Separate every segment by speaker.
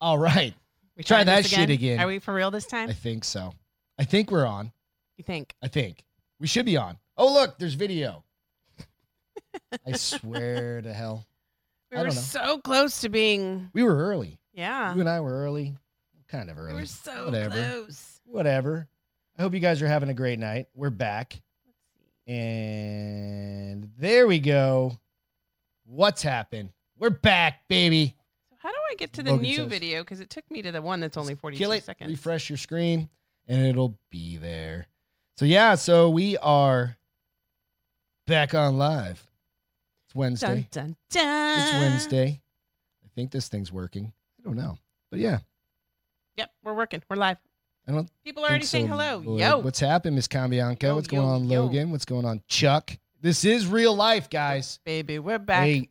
Speaker 1: All right.
Speaker 2: We
Speaker 1: Try
Speaker 2: trying
Speaker 1: that
Speaker 2: this
Speaker 1: shit again.
Speaker 2: Are we for real this time?
Speaker 1: I think so. I think we're on.
Speaker 2: you think?
Speaker 1: I think we should be on. Oh, look, there's video. I swear to hell.
Speaker 2: We
Speaker 1: I
Speaker 2: were
Speaker 1: don't know.
Speaker 2: so close to being.
Speaker 1: We were early.
Speaker 2: Yeah.
Speaker 1: You and I were early. Kind of
Speaker 2: We
Speaker 1: early.
Speaker 2: were so
Speaker 1: Whatever.
Speaker 2: close.
Speaker 1: Whatever. I hope you guys are having a great night. We're back. And there we go. What's happened? We're back, baby.
Speaker 2: So how do I get to the
Speaker 1: Logan
Speaker 2: new
Speaker 1: says-
Speaker 2: video? Because it took me to the one that's only
Speaker 1: Just
Speaker 2: 42
Speaker 1: kill it,
Speaker 2: seconds.
Speaker 1: Refresh your screen and it'll be there. So yeah, so we are back on live. It's Wednesday.
Speaker 2: Dun, dun, dun.
Speaker 1: It's Wednesday. I think this thing's working. I don't know. But yeah,
Speaker 2: Yep, we're working. We're live.
Speaker 1: I don't
Speaker 2: People are already
Speaker 1: think so,
Speaker 2: saying hello.
Speaker 1: Lloyd.
Speaker 2: Yo.
Speaker 1: What's happened, Miss Cambianco?
Speaker 2: Yo,
Speaker 1: What's going
Speaker 2: yo,
Speaker 1: on,
Speaker 2: yo.
Speaker 1: Logan? What's going on, Chuck? This is real life, guys.
Speaker 2: Baby, we're back.
Speaker 1: Hey,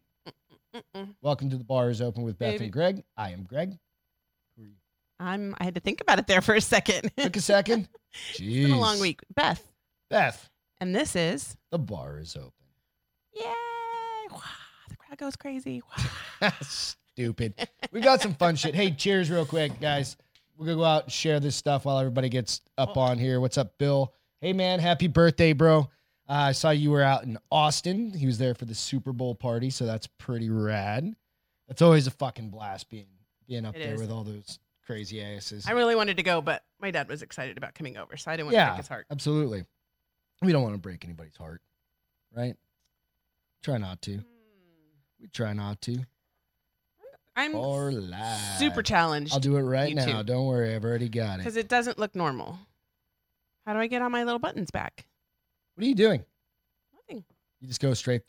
Speaker 2: Mm-mm.
Speaker 1: welcome to the bar is open with Beth
Speaker 2: Baby.
Speaker 1: and Greg. I am Greg. Who are you?
Speaker 2: I'm I had to think about it there for a second.
Speaker 1: Took a second. Jeez.
Speaker 2: It's been a long week. Beth.
Speaker 1: Beth,
Speaker 2: And this is
Speaker 1: the bar is open.
Speaker 2: Yay. Wah, the crowd goes crazy. Wah.
Speaker 1: Stupid. We got some fun shit. Hey, cheers, real quick, guys. We're gonna go out and share this stuff while everybody gets
Speaker 2: Oh.
Speaker 1: up on here. What's up, Bill? Hey, man, happy birthday, bro. Uh, I saw you were out in Austin. He was there for the Super Bowl party, so that's pretty rad. That's always a fucking blast being being up
Speaker 2: It
Speaker 1: there
Speaker 2: is.
Speaker 1: with all those crazy asses.
Speaker 2: I really wanted to go, but my dad was excited about coming over, so I didn't want to
Speaker 1: Yeah.
Speaker 2: break his heart.
Speaker 1: Absolutely. We don't want to break anybody's heart, right? Try not to. We try not to.
Speaker 2: I'm
Speaker 1: Or live.
Speaker 2: super
Speaker 1: I'll
Speaker 2: challenged
Speaker 1: do it right
Speaker 2: You
Speaker 1: now.
Speaker 2: too.
Speaker 1: Don't worry, I've already got it.
Speaker 2: because it doesn't look normal. How do I get all my little buttons back?
Speaker 1: What are you doing?
Speaker 2: Nothing.
Speaker 1: You just go straight.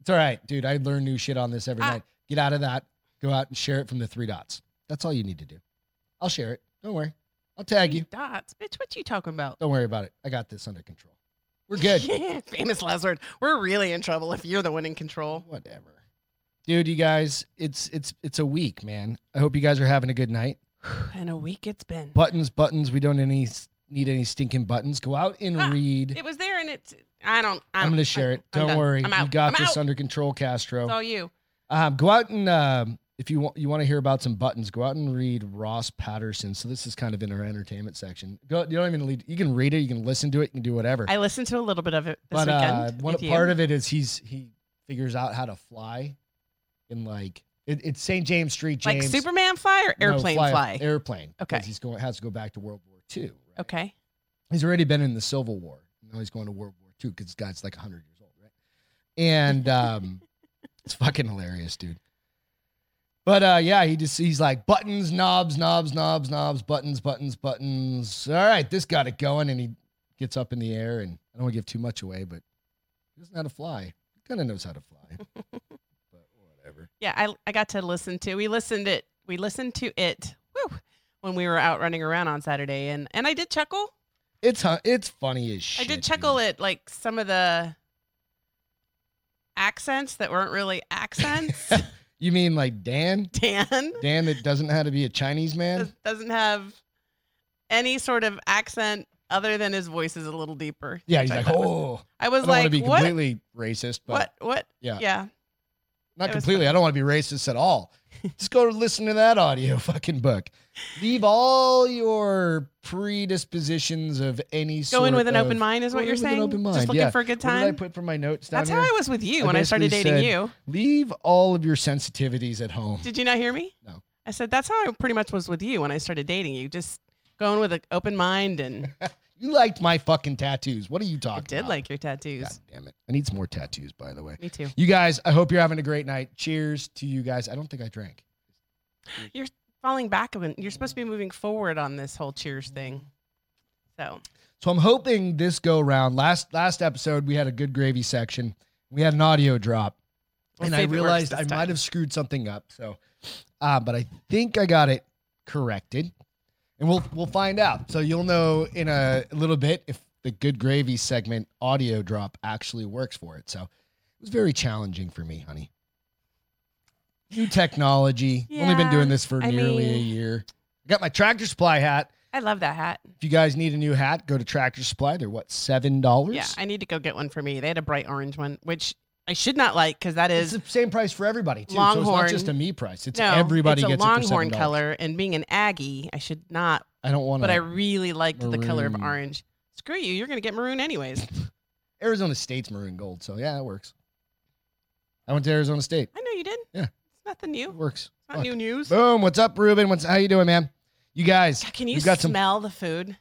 Speaker 1: It's all right, dude. I learn new shit on this every
Speaker 2: Ah.
Speaker 1: night. Get out of that. Go out and share it from the three dots. That's all you need to do. I'll share it. Don't worry. I'll tag you.
Speaker 2: Dots, bitch. What you talking about?
Speaker 1: Don't worry about it. I got this under control. We're good.
Speaker 2: Famous last word. We're really in trouble if you're the one in control.
Speaker 1: Whatever. Dude, you guys, it's it's it's a week, man. I hope you guys are having a good night.
Speaker 2: And a week it's been.
Speaker 1: Buttons, buttons. We don't any need any stinking buttons. Go out and
Speaker 2: Ah,
Speaker 1: read.
Speaker 2: it was there, and it's. I don't. I
Speaker 1: I'm
Speaker 2: don't-
Speaker 1: gonna share
Speaker 2: I-
Speaker 1: it.
Speaker 2: I'm
Speaker 1: Don't
Speaker 2: done.
Speaker 1: worry.
Speaker 2: I'm out.
Speaker 1: You got
Speaker 2: I'm
Speaker 1: this
Speaker 2: out.
Speaker 1: under control, Castro.
Speaker 2: It's all you.
Speaker 1: Um, go out and um, if you want you want to hear about some buttons, go out and read Ross Patterson. So this is kind of in our entertainment section. Go, you don't even need, you can read it, you can listen to it, you can do whatever.
Speaker 2: I listened to a little bit of it this
Speaker 1: but
Speaker 2: weekend.
Speaker 1: uh, one
Speaker 2: with you.
Speaker 1: part of it is he's he figures out how to fly, in like it, it's St. James Street.
Speaker 2: like
Speaker 1: James,
Speaker 2: Superman fly or
Speaker 1: no,
Speaker 2: airplane fly.
Speaker 1: airplane. 'cause
Speaker 2: Okay.
Speaker 1: he's going has to go back to World War II. Right?
Speaker 2: okay.
Speaker 1: he's already been in the Civil War. Now he's going to World War II because this guy's like 100 years old, right? And um, it's fucking hilarious, dude. But uh, yeah, he just he's like buttons, knobs, knobs, knobs, knobs, buttons, buttons, buttons. All right, this got it going, and he gets up in the air, and I don't want to give too much away, but he doesn't know how to fly. He kind of knows how to fly, but whatever.
Speaker 2: Yeah, I I got to listen to. We listened it. We listened to it. Woo. When we were out running around on Saturday, and and I did chuckle.
Speaker 1: It's hu- it's funny as shit.
Speaker 2: I did chuckle
Speaker 1: dude.
Speaker 2: at like some of the accents that weren't really accents.
Speaker 1: You mean like Dan?
Speaker 2: Dan
Speaker 1: Dan that doesn't know how to be a Chinese man?
Speaker 2: does- doesn't have any sort of accent other than his voice is a little deeper.
Speaker 1: Yeah,
Speaker 2: which
Speaker 1: he's
Speaker 2: I
Speaker 1: like,
Speaker 2: thought was-
Speaker 1: oh.
Speaker 2: I
Speaker 1: I
Speaker 2: was
Speaker 1: don't
Speaker 2: like,
Speaker 1: want to be
Speaker 2: what?
Speaker 1: completely racist, but
Speaker 2: what? What?
Speaker 1: Yeah.
Speaker 2: Yeah.
Speaker 1: not
Speaker 2: it was
Speaker 1: completely. I don't want to be racist at all. Just go listen to that audio fucking book. Leave all your predispositions of any sort.
Speaker 2: Go in with an
Speaker 1: of-
Speaker 2: open mind is
Speaker 1: Go
Speaker 2: what
Speaker 1: in
Speaker 2: you're
Speaker 1: with an
Speaker 2: saying.
Speaker 1: open mind,
Speaker 2: Just looking
Speaker 1: yeah.
Speaker 2: for a good
Speaker 1: What did I
Speaker 2: time.
Speaker 1: put from my notes down
Speaker 2: That's
Speaker 1: here?
Speaker 2: how I was with you
Speaker 1: I
Speaker 2: when I started
Speaker 1: basically
Speaker 2: dating
Speaker 1: said-
Speaker 2: you.
Speaker 1: Leave all of your sensitivities at home.
Speaker 2: Did you not hear me?
Speaker 1: No.
Speaker 2: I said that's how I pretty much was with you when I started dating you. Just going with an open mind, and
Speaker 1: You liked my fucking tattoos. What are you
Speaker 2: I
Speaker 1: talking
Speaker 2: did
Speaker 1: about?
Speaker 2: like your tattoos.
Speaker 1: God damn it. I need some more tattoos, by the way.
Speaker 2: Me too.
Speaker 1: You guys, I hope you're having a great night. Cheers to you guys. I don't think I drank.
Speaker 2: Falling back, when you're supposed to be moving forward on this whole cheers thing. So
Speaker 1: So I'm hoping this go round. Last last episode we had a good gravy section. We had an audio drop,
Speaker 2: We'll
Speaker 1: and
Speaker 2: see
Speaker 1: I
Speaker 2: if it works
Speaker 1: realized
Speaker 2: this
Speaker 1: I
Speaker 2: time.
Speaker 1: might have screwed something up. So, uh, but I think I got it corrected, and we'll we'll find out. So you'll know in a little bit if the good gravy segment audio drop actually works for it. So it was very challenging for me, honey. New technology. Only been
Speaker 2: Yeah,
Speaker 1: doing this for
Speaker 2: I
Speaker 1: nearly a
Speaker 2: mean-
Speaker 1: year. Got my tractor supply hat.
Speaker 2: I love that hat.
Speaker 1: If you guys need a new hat, go to Tractor Supply. They're what seven dollars?
Speaker 2: Yeah, I need to go get one for me. They had a bright orange one, which I should not like because that
Speaker 1: It's
Speaker 2: is
Speaker 1: the same price for everybody too. So it's
Speaker 2: Longhorn.
Speaker 1: not just a me price. It's
Speaker 2: no,
Speaker 1: everybody
Speaker 2: it's a
Speaker 1: gets it for
Speaker 2: longhorn
Speaker 1: $7.
Speaker 2: color. And being an Aggie, I should not.
Speaker 1: I don't want
Speaker 2: But I
Speaker 1: to.
Speaker 2: really liked the color of
Speaker 1: maroon.
Speaker 2: orange. Screw you! You're gonna get maroon anyways.
Speaker 1: Arizona State's maroon gold, so yeah, it works. I went to Arizona State.
Speaker 2: I know you did.
Speaker 1: Yeah.
Speaker 2: it's nothing new.
Speaker 1: It
Speaker 2: It's
Speaker 1: works.
Speaker 2: not
Speaker 1: Fuck.
Speaker 2: new news.
Speaker 1: Boom. What's up, Ruben? What's how you doing, man? You guys,
Speaker 2: God, Can you
Speaker 1: We've got some-
Speaker 2: smell the food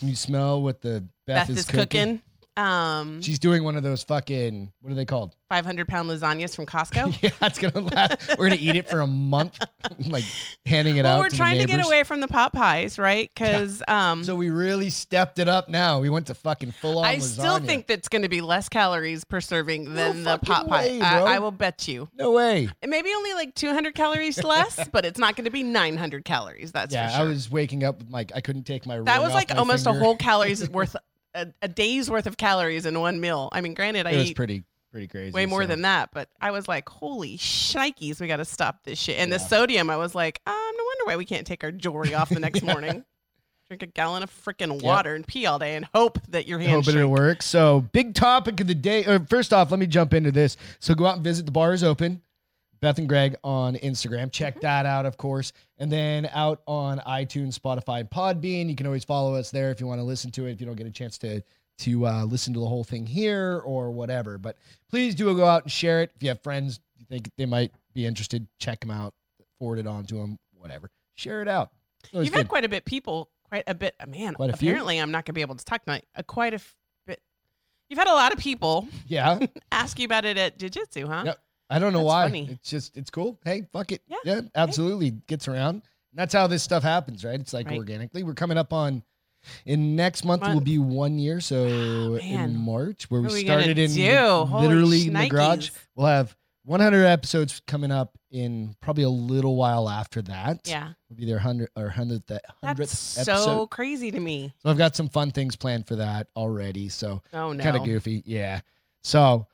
Speaker 1: can you smell what the Beth,
Speaker 2: Beth, is cooking? Um,
Speaker 1: She's doing one of those fucking what are they called?
Speaker 2: 500 pound lasagnas from Costco.
Speaker 1: yeah, it's gonna last. We're gonna eat it for a month, like handing it out.
Speaker 2: well, we're
Speaker 1: to the
Speaker 2: trying to get
Speaker 1: neighbors.
Speaker 2: away from the pot pies, right? Because um,
Speaker 1: So we really stepped it up. Now we went to fucking full on.
Speaker 2: I still think that's going to be less calories per serving than the
Speaker 1: fucking
Speaker 2: pot
Speaker 1: way,
Speaker 2: pie. I-
Speaker 1: bro.
Speaker 2: I, will bet you.
Speaker 1: no way.
Speaker 2: And Maybe only like 200 calories less, but it's not going to be 900 calories. That's
Speaker 1: yeah,
Speaker 2: for sure.
Speaker 1: I was waking up with like I couldn't take my.
Speaker 2: that
Speaker 1: ring
Speaker 2: was
Speaker 1: off
Speaker 2: like
Speaker 1: my
Speaker 2: almost
Speaker 1: finger.
Speaker 2: a whole calories worth, a, a day's worth of calories in one meal. I mean, granted, I
Speaker 1: It was
Speaker 2: eat
Speaker 1: pretty pretty crazy.
Speaker 2: way more
Speaker 1: so-
Speaker 2: than that, but I was like, holy shnikes, we got to stop this shit. And
Speaker 1: Yeah.
Speaker 2: the sodium, I was like, um, no wonder why we can't take our jewelry off the next
Speaker 1: Yeah.
Speaker 2: morning. Drink a gallon of freaking water and pee all day and hope that your hands.
Speaker 1: Hoping it
Speaker 2: shrink.
Speaker 1: works. So, big topic of the day. Or first off, let me jump into this. So, go out and visit the bar is open. Beth and Greg on Instagram. Check that out, of course. And then out on iTunes, Spotify, and Podbean. You can always follow us there if you want to listen to it. If you don't get a chance to to uh, listen to the whole thing here or whatever, but please do go out and share it. If you have friends you think they might be interested, check them out, forward it on to them, whatever. Share it out. It's always
Speaker 2: You've had
Speaker 1: good.
Speaker 2: quite a bit people, quite a bit. Man,
Speaker 1: Quite a few?
Speaker 2: apparently I'm not going to be able to talk tonight. Uh, quite a f- bit. You've had a lot of people
Speaker 1: yeah.
Speaker 2: ask you about it at Jiu Jitsu, huh?
Speaker 1: Yep. I don't know
Speaker 2: That's
Speaker 1: why.
Speaker 2: funny.
Speaker 1: It's just it's cool. Hey, fuck it. Yeah,
Speaker 2: Yeah.
Speaker 1: absolutely. Gets around. And that's how this stuff happens, right? It's like
Speaker 2: Right.
Speaker 1: organically. We're coming up on in next month, will
Speaker 2: Month. Ah,
Speaker 1: be one year. So in
Speaker 2: man.
Speaker 1: March, where
Speaker 2: What are
Speaker 1: we
Speaker 2: we gonna
Speaker 1: started in
Speaker 2: do? Holy
Speaker 1: literally in the
Speaker 2: shnikes.
Speaker 1: garage, we'll have 100 episodes coming up in probably a little while after that.
Speaker 2: Yeah.
Speaker 1: will be their hundred or hundredth that hundredth
Speaker 2: That's so
Speaker 1: episode.
Speaker 2: crazy to me.
Speaker 1: So I've got some fun things planned for that already. So
Speaker 2: Oh, no.
Speaker 1: kind of goofy. Yeah. So,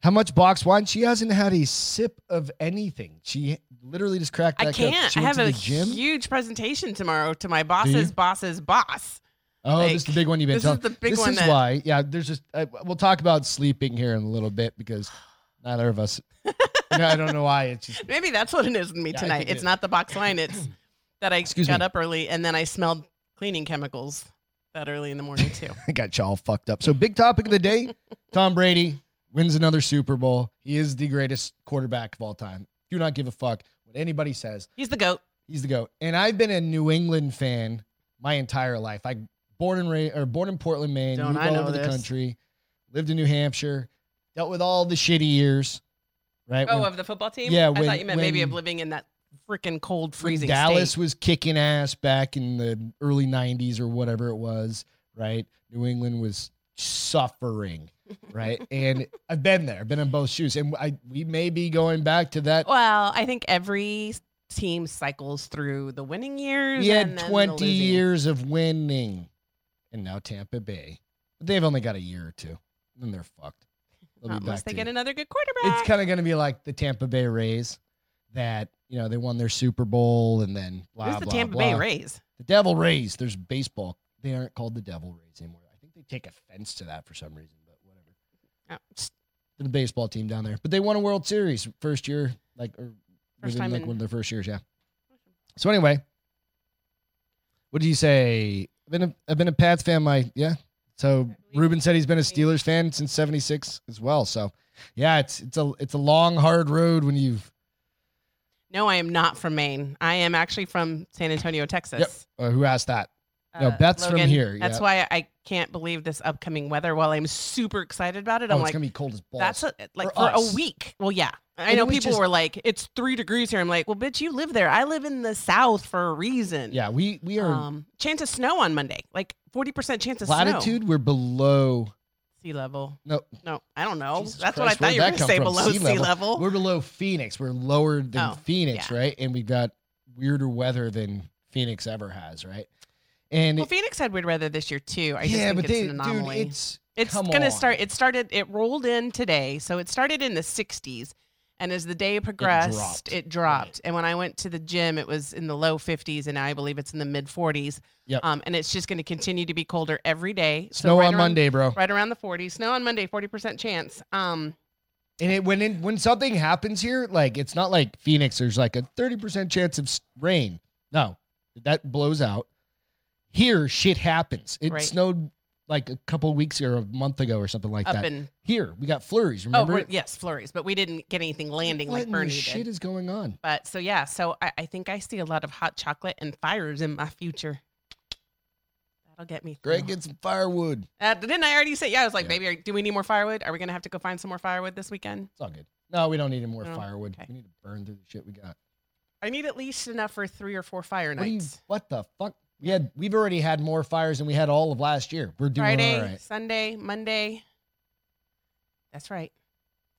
Speaker 1: how much box wine? She hasn't had a sip of anything. She literally just cracked.
Speaker 2: I
Speaker 1: Back Up.
Speaker 2: can't.
Speaker 1: She
Speaker 2: I
Speaker 1: went
Speaker 2: have
Speaker 1: to
Speaker 2: a
Speaker 1: the gym.
Speaker 2: huge presentation tomorrow to my boss's boss's boss.
Speaker 1: oh, this is the
Speaker 2: like,
Speaker 1: big one you've been
Speaker 2: This is
Speaker 1: talking.
Speaker 2: the big
Speaker 1: this
Speaker 2: one
Speaker 1: is
Speaker 2: that
Speaker 1: why. Yeah. There's just. I, we'll talk about sleeping here in a little bit because neither of us. no, I don't know why. It's just.
Speaker 2: Maybe that's what it is with me
Speaker 1: Yeah, I
Speaker 2: tonight.
Speaker 1: think it
Speaker 2: It's
Speaker 1: is.
Speaker 2: not the box wine. It's that I
Speaker 1: Excuse
Speaker 2: got
Speaker 1: me.
Speaker 2: up early and then I smelled cleaning chemicals that early in the morning too.
Speaker 1: I got y'all fucked up. So big topic of the day: Tom Brady wins another Super Bowl. He is the greatest quarterback of all time. Do not give a fuck what anybody says.
Speaker 2: He's the goat.
Speaker 1: He's the goat. And I've been a New England fan my entire life. I born and raised, or born in Portland, Maine,
Speaker 2: Don't
Speaker 1: moved
Speaker 2: I
Speaker 1: all
Speaker 2: know
Speaker 1: over the
Speaker 2: this?
Speaker 1: country, lived in New Hampshire, dealt with all the shitty years. Right?
Speaker 2: Oh,
Speaker 1: When-
Speaker 2: of the football team.
Speaker 1: Yeah,
Speaker 2: I
Speaker 1: when-
Speaker 2: thought you meant maybe of
Speaker 1: when-
Speaker 2: living in that freaking cold,
Speaker 1: when
Speaker 2: freezing
Speaker 1: Dallas
Speaker 2: state.
Speaker 1: was kicking ass back in the early '90s or whatever it was. Right? New England was suffering. Right? and I've been there. I've been in both shoes, and I we may be going back to that.
Speaker 2: Well, I think every team cycles through the winning years.
Speaker 1: He
Speaker 2: and
Speaker 1: had
Speaker 2: then the
Speaker 1: 20
Speaker 2: losing.
Speaker 1: years of winning. And now Tampa Bay. But they've only got a year or two. Then they're fucked. They'll be
Speaker 2: Not Unless
Speaker 1: back
Speaker 2: they
Speaker 1: to-
Speaker 2: get another good quarterback.
Speaker 1: it's kind of going to be like the Tampa Bay Rays that, you know, they won their Super Bowl and then blah,
Speaker 2: Who's the
Speaker 1: blah,
Speaker 2: Tampa
Speaker 1: blah.
Speaker 2: Bay Rays?
Speaker 1: The Devil Rays. There's baseball. They aren't called the Devil Rays anymore. I think they take offense to that for some reason, but whatever.
Speaker 2: Oh, psst,
Speaker 1: They're the baseball team down there. But they won a World Series first year, like, or
Speaker 2: First
Speaker 1: within
Speaker 2: time
Speaker 1: like
Speaker 2: in-
Speaker 1: one of their first years, yeah. So anyway, what did you say? I've been a, I've been a Pats fan. My yeah. So Ruben said he's been a Steelers fan since '76 as well. So yeah, it's it's a it's a long hard road when you've
Speaker 2: No, I am not from Maine. I am actually from San Antonio, Texas. Uh,
Speaker 1: uh, who asked that? No, Beth's from here,
Speaker 2: That's
Speaker 1: yeah.
Speaker 2: why I can't believe this upcoming weather. While I'm super excited about it,
Speaker 1: Oh,
Speaker 2: I'm
Speaker 1: it's
Speaker 2: like,
Speaker 1: gonna be cold as balls.
Speaker 2: that's a, like
Speaker 1: For
Speaker 2: for,
Speaker 1: us.
Speaker 2: a week. Well, yeah, I
Speaker 1: And
Speaker 2: know
Speaker 1: it was
Speaker 2: people
Speaker 1: just-
Speaker 2: were like, it's three degrees here. I'm like, well, bitch, you live there. I live in the South for a reason.
Speaker 1: yeah, we we are
Speaker 2: Um, chance of snow on Monday, like forty percent chance of snow.
Speaker 1: latitude. We're below.
Speaker 2: sea level.
Speaker 1: No,
Speaker 2: No, I don't know.
Speaker 1: Jesus
Speaker 2: that's
Speaker 1: Christ,
Speaker 2: what I
Speaker 1: where'd
Speaker 2: thought you were
Speaker 1: that
Speaker 2: going to
Speaker 1: come
Speaker 2: say
Speaker 1: from?
Speaker 2: below
Speaker 1: Sea
Speaker 2: sea
Speaker 1: level?
Speaker 2: level.
Speaker 1: we're below Phoenix. We're lower than
Speaker 2: Oh,
Speaker 1: Phoenix,
Speaker 2: yeah.
Speaker 1: right? And we've got weirder weather than Phoenix ever has, right? And
Speaker 2: Well,
Speaker 1: it-
Speaker 2: Phoenix had weird weather this year too. I just
Speaker 1: yeah,
Speaker 2: think
Speaker 1: but
Speaker 2: it's
Speaker 1: they
Speaker 2: an anomaly.
Speaker 1: dude, it's
Speaker 2: It's
Speaker 1: Come on.
Speaker 2: going to start. It started. It rolled in today, so it started in the 60s, and as the day
Speaker 1: dropped.
Speaker 2: progressed, it dropped.
Speaker 1: Right.
Speaker 2: And when I went to the gym, it was in the low 50s, and now I believe it's in the mid 40s.
Speaker 1: Yep.
Speaker 2: Um, and it's just going to continue to be colder every day. So
Speaker 1: snow
Speaker 2: right
Speaker 1: on
Speaker 2: around-
Speaker 1: Monday, bro.
Speaker 2: right around the 40s. Snow on Monday, 40% chance. Um,
Speaker 1: And it, when it, when something happens here, like it's not like Phoenix. There's like a thirty percent chance of s- rain. No, that blows out. Here, shit happens. It
Speaker 2: Right.
Speaker 1: snowed like a couple weeks or a month ago or something like
Speaker 2: up
Speaker 1: that.
Speaker 2: in
Speaker 1: here, we got flurries.
Speaker 2: oh
Speaker 1: Remember?
Speaker 2: we're- yes, flurries, but we didn't get anything landing
Speaker 1: what
Speaker 2: like
Speaker 1: in
Speaker 2: Bernie
Speaker 1: the shit
Speaker 2: did.
Speaker 1: is going on?
Speaker 2: But so yeah, so I, I think I see a lot of hot chocolate and fires in my future. That'll get me.
Speaker 1: Greg,
Speaker 2: through.
Speaker 1: get some firewood.
Speaker 2: uh, didn't I already say? Yeah, I was like,
Speaker 1: Yeah.
Speaker 2: baby, are- do we need more firewood? Are we gonna have to go find some more firewood this weekend?
Speaker 1: It's all good. No, we don't need any more
Speaker 2: No,
Speaker 1: firewood.
Speaker 2: okay.
Speaker 1: We need to burn through the shit we got.
Speaker 2: I need at least enough for three or four fire
Speaker 1: What, do you,
Speaker 2: nights.
Speaker 1: what the fuck? We had we've already had more fires than we had all of last year. We're doing
Speaker 2: Friday,
Speaker 1: all right.
Speaker 2: Sunday, Monday. That's right.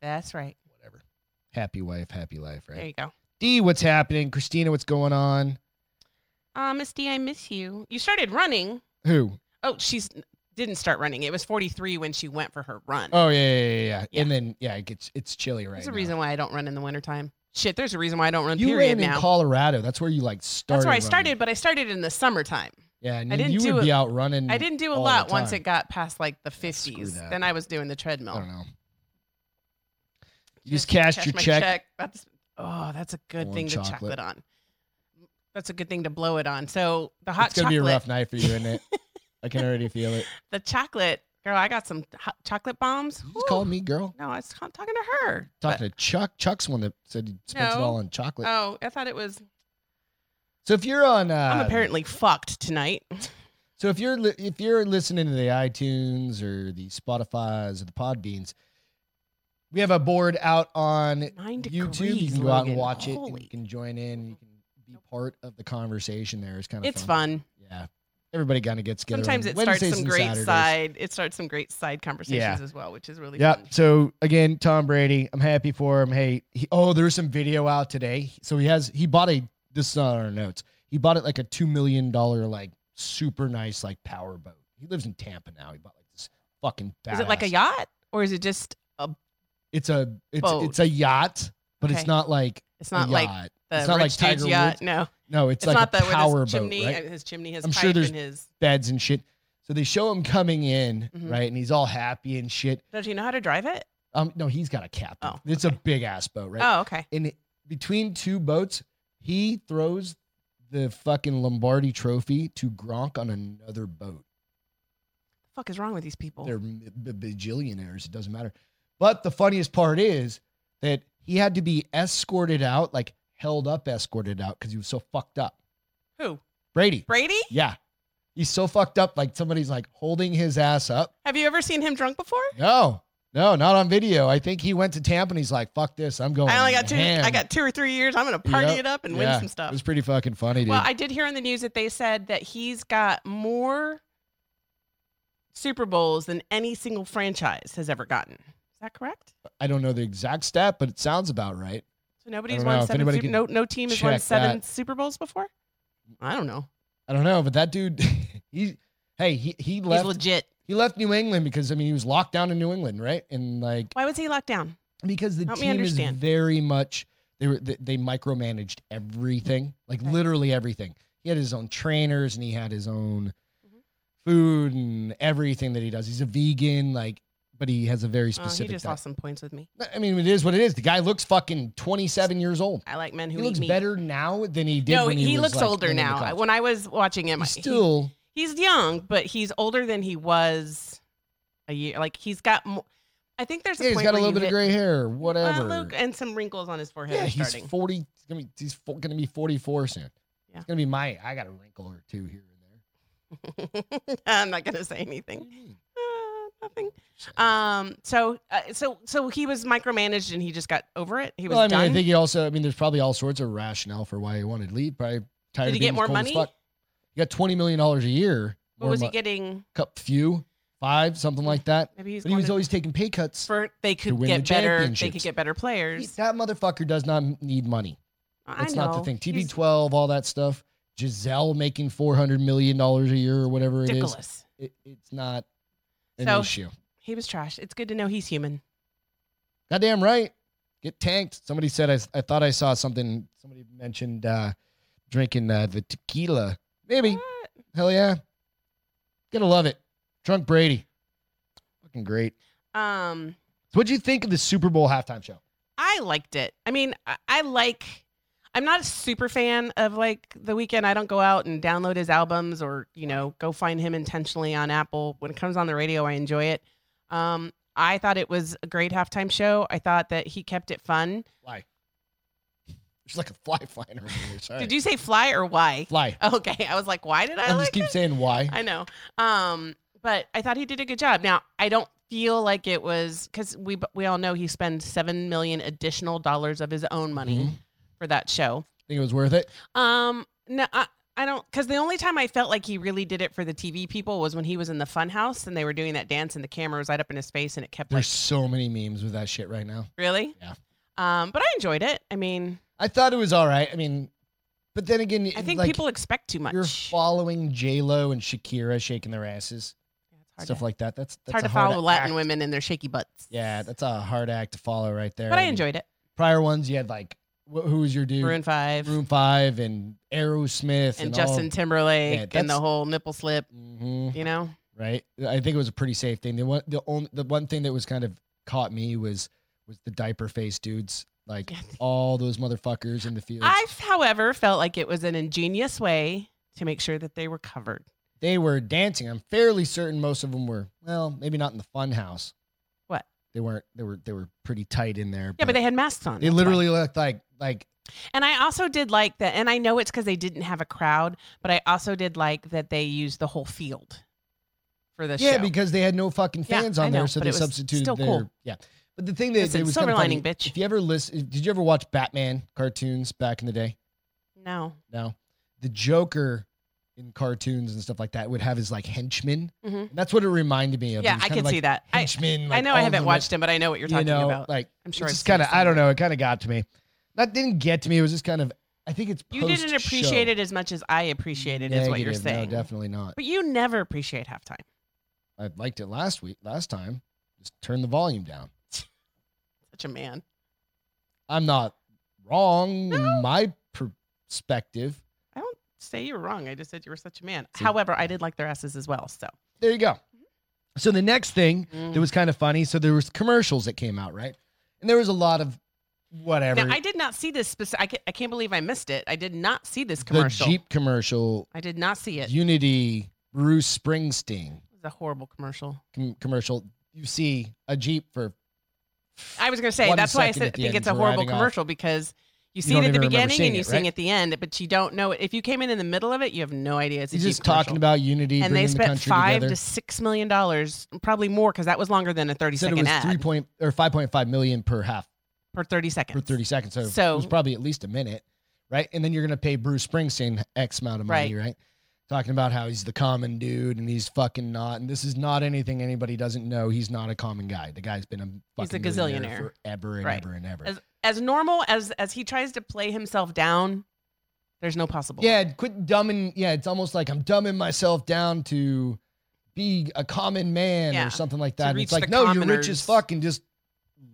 Speaker 2: That's right.
Speaker 1: Whatever. Happy wife, happy life,
Speaker 2: There
Speaker 1: right?
Speaker 2: you go.
Speaker 1: D, what's happening? Christina, what's going on?
Speaker 2: Ah, Miss D, I miss you. You started running.
Speaker 1: Who?
Speaker 2: Oh, she's didn't start running. It was 43 when she went for her run.
Speaker 1: Oh yeah, yeah, yeah. yeah.
Speaker 2: Yeah.
Speaker 1: And then yeah, it gets it's chilly right
Speaker 2: there's a
Speaker 1: now.
Speaker 2: reason why I don't run in the wintertime. Shit, there's a reason why I don't run.
Speaker 1: you
Speaker 2: period
Speaker 1: ran in
Speaker 2: now.
Speaker 1: Colorado. That's where you like started.
Speaker 2: That's where I
Speaker 1: running.
Speaker 2: started, but I started in the summertime.
Speaker 1: Yeah, and
Speaker 2: I
Speaker 1: you-
Speaker 2: didn't
Speaker 1: you
Speaker 2: do
Speaker 1: would
Speaker 2: a-
Speaker 1: be out running.
Speaker 2: I didn't do a
Speaker 1: Hmm. all the
Speaker 2: lot once
Speaker 1: time.
Speaker 2: it got past like the
Speaker 1: Yeah, screw
Speaker 2: 50s.
Speaker 1: that.
Speaker 2: then I was doing the
Speaker 1: I
Speaker 2: treadmill.
Speaker 1: don't know. You just cashed
Speaker 2: cash
Speaker 1: your
Speaker 2: my
Speaker 1: check.
Speaker 2: That's oh, that's a good
Speaker 1: Warm
Speaker 2: thing to
Speaker 1: chocolate.
Speaker 2: chocolate on. That's a good thing to blow it on. So the hot
Speaker 1: it's gonna
Speaker 2: chocolate,
Speaker 1: be a rough night for you, isn't it? I can already feel it.
Speaker 2: the chocolate girl. I got some hot chocolate bombs.
Speaker 1: You just
Speaker 2: Whew.
Speaker 1: called me, girl.
Speaker 2: No, I was ca- talking to her.
Speaker 1: Talking to Chuck. Chuck's one that said he spent it
Speaker 2: No.
Speaker 1: all on
Speaker 2: But-
Speaker 1: chocolate.
Speaker 2: oh, I thought it was.
Speaker 1: so if you're on, uh,
Speaker 2: I'm apparently fucked tonight.
Speaker 1: so if you're li- if you're listening to the iTunes or the Spotify's or the Podbeans, we have a board out on
Speaker 2: Nine degrees.
Speaker 1: YouTube. You can go out and
Speaker 2: Logan.
Speaker 1: watch it. And
Speaker 2: Holy.
Speaker 1: you can join in. You can be part of the conversation. There, it's kind of
Speaker 2: it's fun.
Speaker 1: Yeah, everybody kind of gets together.
Speaker 2: Sometimes
Speaker 1: on
Speaker 2: it starts
Speaker 1: Wednesdays
Speaker 2: some
Speaker 1: and
Speaker 2: great
Speaker 1: Saturdays.
Speaker 2: side. It starts some great side conversations as well, which is really
Speaker 1: Yeah.
Speaker 2: fun.
Speaker 1: So again, Tom Brady, I'm happy for him. Hey, he, oh, there's some video out today. So he has he bought a this is not on our notes. He bought it like a two million dollar like super nice like power boat. He lives in Tampa now. He bought like this fucking. Badass.
Speaker 2: Is it like a yacht or is it just?
Speaker 1: It's a it's
Speaker 2: Boat.
Speaker 1: it's a yacht, but it's
Speaker 2: Okay.
Speaker 1: not like
Speaker 2: It's
Speaker 1: a
Speaker 2: not like
Speaker 1: yacht.
Speaker 2: the
Speaker 1: It's not
Speaker 2: rich
Speaker 1: like Tiger
Speaker 2: dude's yacht.
Speaker 1: Woods.
Speaker 2: No,
Speaker 1: No, it's,
Speaker 2: it's,
Speaker 1: like
Speaker 2: not
Speaker 1: a
Speaker 2: that
Speaker 1: power
Speaker 2: with his
Speaker 1: boat,
Speaker 2: chimney,
Speaker 1: right?
Speaker 2: uh, his chimney, his
Speaker 1: I'm
Speaker 2: pipe,
Speaker 1: sure there's-
Speaker 2: and his.
Speaker 1: Beds and shit. So they show him coming in,
Speaker 2: Mhm.
Speaker 1: right, and he's all happy and shit.
Speaker 2: Does he know how to drive it?
Speaker 1: Um, no, he's got a captain.
Speaker 2: Oh,
Speaker 1: it's a big ass boat, right?
Speaker 2: Oh, okay.
Speaker 1: and it- between two boats, he throws the fucking Lombardi trophy to Gronk on another boat.
Speaker 2: fuck is wrong with these people?
Speaker 1: They're m- b- bajillionaires. It doesn't matter. But the funniest part is that he had to be escorted out, like held up, escorted out because he was so fucked up.
Speaker 2: Who?
Speaker 1: Brady.
Speaker 2: Brady?
Speaker 1: Yeah. He's so fucked up. Like somebody's like holding his ass up.
Speaker 2: Have you ever seen him drunk before?
Speaker 1: No, no, not on video. I think he went to Tampa and he's like, fuck this. I'm going.
Speaker 2: I only got two.
Speaker 1: ham."
Speaker 2: I got two or three years. I'm gonna party
Speaker 1: Oh, Yep.
Speaker 2: it up and
Speaker 1: Yeah,
Speaker 2: win some
Speaker 1: It
Speaker 2: stuff.
Speaker 1: was pretty fucking funny, dude.
Speaker 2: Well, I did hear on the news that they said that he's got more Super Bowls than any single franchise has ever gotten. Is that correct?
Speaker 1: I don't know the exact stat, but it sounds about right.
Speaker 2: So nobody's
Speaker 1: don't
Speaker 2: won
Speaker 1: know. If
Speaker 2: seven.
Speaker 1: anybody
Speaker 2: Super,
Speaker 1: can
Speaker 2: no, no team has won
Speaker 1: check
Speaker 2: seven
Speaker 1: that.
Speaker 2: Super Bowls before. I don't know.
Speaker 1: I don't know, but that dude, he, hey, he he
Speaker 2: He's
Speaker 1: left
Speaker 2: legit.
Speaker 1: he left New England because I mean he was locked down in New England, right? And like
Speaker 2: Why was he locked down?
Speaker 1: because the
Speaker 2: Help me
Speaker 1: team is
Speaker 2: understand.
Speaker 1: very much they were they, they micromanaged everything, like
Speaker 2: Okay.
Speaker 1: literally everything. He had his own trainers and he had his own
Speaker 2: Mhm.
Speaker 1: food and everything that he does. He's a vegan, like, but he has a very
Speaker 2: Oh, he
Speaker 1: specific.
Speaker 2: just
Speaker 1: diet.
Speaker 2: lost some points with me.
Speaker 1: I mean, it is what it is. The guy looks fucking twenty seven years old.
Speaker 2: I like men who
Speaker 1: He
Speaker 2: eat
Speaker 1: looks
Speaker 2: meat.
Speaker 1: better now than he did.
Speaker 2: no,
Speaker 1: when
Speaker 2: he,
Speaker 1: was,
Speaker 2: looks
Speaker 1: like,
Speaker 2: older
Speaker 1: in the
Speaker 2: now.
Speaker 1: college.
Speaker 2: When I was watching him,
Speaker 1: He's
Speaker 2: he-
Speaker 1: still.
Speaker 2: he's young, but he's older than he was a year. Like he's got. Mo- I think there's a
Speaker 1: Yeah, he's
Speaker 2: point
Speaker 1: got a
Speaker 2: where
Speaker 1: little
Speaker 2: you
Speaker 1: bit of
Speaker 2: hit-
Speaker 1: gray hair, whatever.
Speaker 2: Well, look, and some wrinkles on his forehead.
Speaker 1: yeah,
Speaker 2: are
Speaker 1: he's
Speaker 2: starting.
Speaker 1: forty. He's gonna be, he's fo- gonna be forty-four soon.
Speaker 2: Yeah.
Speaker 1: It's gonna be my. I got a wrinkle or two here and there.
Speaker 2: I'm not gonna say
Speaker 1: What do
Speaker 2: anything.
Speaker 1: you mean?
Speaker 2: Uh, nothing. Um. So, uh, so, so he was micromanaged, and he just got over it. He was
Speaker 1: well, I mean,
Speaker 2: done.
Speaker 1: I think he also. I mean, there's probably all sorts of rationale for why he wanted to leave. Probably tired.
Speaker 2: Did
Speaker 1: of
Speaker 2: he
Speaker 1: being
Speaker 2: get more
Speaker 1: cold as
Speaker 2: money?
Speaker 1: fuck. He got twenty million dollars a year.
Speaker 2: what
Speaker 1: more
Speaker 2: was he
Speaker 1: mo-
Speaker 2: getting?
Speaker 1: Cup few, five, something like that.
Speaker 2: Maybe he's.
Speaker 1: But he was
Speaker 2: going
Speaker 1: always taking pay cuts.
Speaker 2: to- for they could
Speaker 1: win
Speaker 2: get
Speaker 1: the
Speaker 2: better. They could
Speaker 1: championships.
Speaker 2: get better
Speaker 1: He-
Speaker 2: players.
Speaker 1: that motherfucker does not need money.
Speaker 2: I
Speaker 1: That's not the
Speaker 2: know.
Speaker 1: thing.
Speaker 2: He's
Speaker 1: TB12, all that stuff. Giselle making four hundred million dollars a year or whatever it is.
Speaker 2: ridiculous.
Speaker 1: It, it's not an
Speaker 2: So-
Speaker 1: issue.
Speaker 2: He was trash. It's good to know he's human.
Speaker 1: Goddamn right. Get tanked. Somebody said I, I thought I saw something. Somebody mentioned uh, drinking uh, the tequila. Maybe.
Speaker 2: What?
Speaker 1: Hell yeah. Gonna love it. Drunk Brady. Fucking great.
Speaker 2: Um,
Speaker 1: what do you think of the Super Bowl halftime show?
Speaker 2: I liked it. I mean, I, I like. I'm not a super fan of like the weekend. I don't go out and download his albums or you know go find him intentionally on Apple. When it comes on the radio, I enjoy it. Um, I thought it was a great halftime show. I thought that he kept it fun.
Speaker 1: Fly. There's like a fly flying around here. Sorry.
Speaker 2: Did you say fly or why?
Speaker 1: fly?
Speaker 2: Okay, I was like, why did I,
Speaker 1: I,
Speaker 2: like
Speaker 1: just keep
Speaker 2: it?
Speaker 1: saying why.
Speaker 2: I know. Um, but I thought he did a good job. Now I don't feel like it was because we we all know he spends seven million additional dollars of his own money
Speaker 1: Mhm.
Speaker 2: for that show.
Speaker 1: Think it was worth it?
Speaker 2: Um, no, I, I don't. Because the only time I felt like he really did it for the TV people was when he was in the Funhouse and they were doing that dance and the camera was right up in his face and it kept
Speaker 1: There's
Speaker 2: like
Speaker 1: so many memes with that shit right now.
Speaker 2: really.
Speaker 1: Yeah.
Speaker 2: Um, but I enjoyed it. I mean,
Speaker 1: I thought it was all right. I mean, but then again,
Speaker 2: I think
Speaker 1: like,
Speaker 2: people expect too much.
Speaker 1: you're following J Lo and Shakira shaking their asses,
Speaker 2: Yeah, it's hard
Speaker 1: stuff
Speaker 2: to,
Speaker 1: like that. That's,
Speaker 2: it's
Speaker 1: that's
Speaker 2: hard
Speaker 1: a
Speaker 2: to follow Latin
Speaker 1: act.
Speaker 2: women and their shaky butts.
Speaker 1: Yeah, that's a hard act to follow right there.
Speaker 2: but I
Speaker 1: mean,
Speaker 2: enjoyed it.
Speaker 1: prior ones. You had like wh- who was your dude?
Speaker 2: Maroon Five.
Speaker 1: Room Five and Aerosmith
Speaker 2: and Justin Timberlake and
Speaker 1: that's-
Speaker 2: the whole nipple slip,
Speaker 1: hmm
Speaker 2: you know?
Speaker 1: right? I think it was a pretty safe thing. The one, the only, the one thing that was kind of caught me was was the diaper face dudes, like
Speaker 2: Yeah.
Speaker 1: all those motherfuckers in the field.
Speaker 2: I, however, felt like it was an ingenious way to make sure that they were covered.
Speaker 1: they were dancing. I'm fairly certain most of them were. Well, maybe not in the fun house.
Speaker 2: What?
Speaker 1: They weren't. They were. They were pretty tight in there.
Speaker 2: Yeah, but they had masks on.
Speaker 1: they
Speaker 2: that's why.
Speaker 1: literally looked like like
Speaker 2: And I also did like that, and I know it's because they didn't have a crowd, but I also did like that they used the whole field for the
Speaker 1: yeah
Speaker 2: show.
Speaker 1: because they had no fucking
Speaker 2: Yeah,
Speaker 1: fans
Speaker 2: I
Speaker 1: on
Speaker 2: know,
Speaker 1: there, so
Speaker 2: but
Speaker 1: they
Speaker 2: it was
Speaker 1: substituted
Speaker 2: still
Speaker 1: their
Speaker 2: cool.
Speaker 1: yeah. But the thing that
Speaker 2: Listen,
Speaker 1: it was
Speaker 2: silver
Speaker 1: kinda funny,
Speaker 2: lining, bitch.
Speaker 1: If you ever listen, did you ever watch Batman cartoons back in the day?
Speaker 2: no.
Speaker 1: No, the Joker in cartoons and stuff like that would have his like henchmen.
Speaker 2: Mhm.
Speaker 1: And that's what it reminded me of.
Speaker 2: Yeah, I
Speaker 1: can
Speaker 2: could see that. I,
Speaker 1: Henchmen.
Speaker 2: I
Speaker 1: like,
Speaker 2: know I
Speaker 1: all
Speaker 2: haven't
Speaker 1: the-
Speaker 2: watched him, but I know what you're
Speaker 1: you
Speaker 2: talking
Speaker 1: know,
Speaker 2: about.
Speaker 1: Like
Speaker 2: I'm sure
Speaker 1: it's
Speaker 2: I've
Speaker 1: just
Speaker 2: seen
Speaker 1: kind of
Speaker 2: this
Speaker 1: I don't
Speaker 2: somewhere.
Speaker 1: know. It kind of got to me. That didn't get to me. It was just kind of. I think it's
Speaker 2: You didn't
Speaker 1: post-show.
Speaker 2: appreciate it as much as I appreciate it, is what you're
Speaker 1: Negative. No,
Speaker 2: saying.
Speaker 1: definitely not.
Speaker 2: but you never appreciate halftime.
Speaker 1: I liked it last week, last time. Just turn the volume down.
Speaker 2: Such a man.
Speaker 1: I'm not wrong
Speaker 2: No.
Speaker 1: in my perspective.
Speaker 2: I don't say you're wrong. I just said you were such a man.
Speaker 1: See?
Speaker 2: However, I did like their asses as well. So
Speaker 1: There you go. So the next thing
Speaker 2: Mm.
Speaker 1: that was kind of funny. So there was commercials that came out, right? And there was a lot of whatever.
Speaker 2: now I did not see this specific. I, ca- I can't believe I missed it. I did not see this
Speaker 1: the
Speaker 2: commercial.
Speaker 1: Jeep commercial,
Speaker 2: I did not see it.
Speaker 1: Unity, Bruce Springsteen
Speaker 2: It was a horrible commercial.
Speaker 1: com- commercial. You see a Jeep for
Speaker 2: I was going to say
Speaker 1: One
Speaker 2: that's why I
Speaker 1: second
Speaker 2: said I
Speaker 1: at the
Speaker 2: think
Speaker 1: end,
Speaker 2: it's a horrible
Speaker 1: driving off.
Speaker 2: commercial because you see
Speaker 1: don't
Speaker 2: it at the
Speaker 1: even remember
Speaker 2: beginning
Speaker 1: seeing
Speaker 2: and you
Speaker 1: it,
Speaker 2: sing
Speaker 1: right?
Speaker 2: at the end, but you don't know it. If you came in in the middle of it, you have no idea it's a
Speaker 1: he's
Speaker 2: Jeep
Speaker 1: just talking
Speaker 2: commercial.
Speaker 1: about Unity
Speaker 2: and
Speaker 1: bringing
Speaker 2: they
Speaker 1: the
Speaker 2: spent
Speaker 1: country
Speaker 2: five
Speaker 1: together.
Speaker 2: to six million dollars, probably more, because that was longer than a thirty
Speaker 1: He
Speaker 2: second
Speaker 1: said it was
Speaker 2: ad
Speaker 1: three point or five point five million per half
Speaker 2: per thirty seconds.
Speaker 1: per thirty seconds. So, it
Speaker 2: So-
Speaker 1: was probably at least a minute, right? And then you're gonna pay Bruce Springsteen X amount of money, right? Talking about how he's the common dude and he's fucking not, and this is not anything anybody doesn't know. He's not a common guy. The guy's been a
Speaker 2: He's a
Speaker 1: fucking millionaire
Speaker 2: gazillionaire.
Speaker 1: forever and
Speaker 2: Right.
Speaker 1: ever and ever.
Speaker 2: As normal as as he tries to play himself down, there's no possible.
Speaker 1: Yeah, quit dumbing. Yeah, it's almost like I'm dumbing myself down to be a common man
Speaker 2: Yeah,
Speaker 1: or something like that. And
Speaker 2: reach
Speaker 1: it's like,
Speaker 2: the
Speaker 1: no, you're rich as
Speaker 2: commoners.
Speaker 1: fuck and just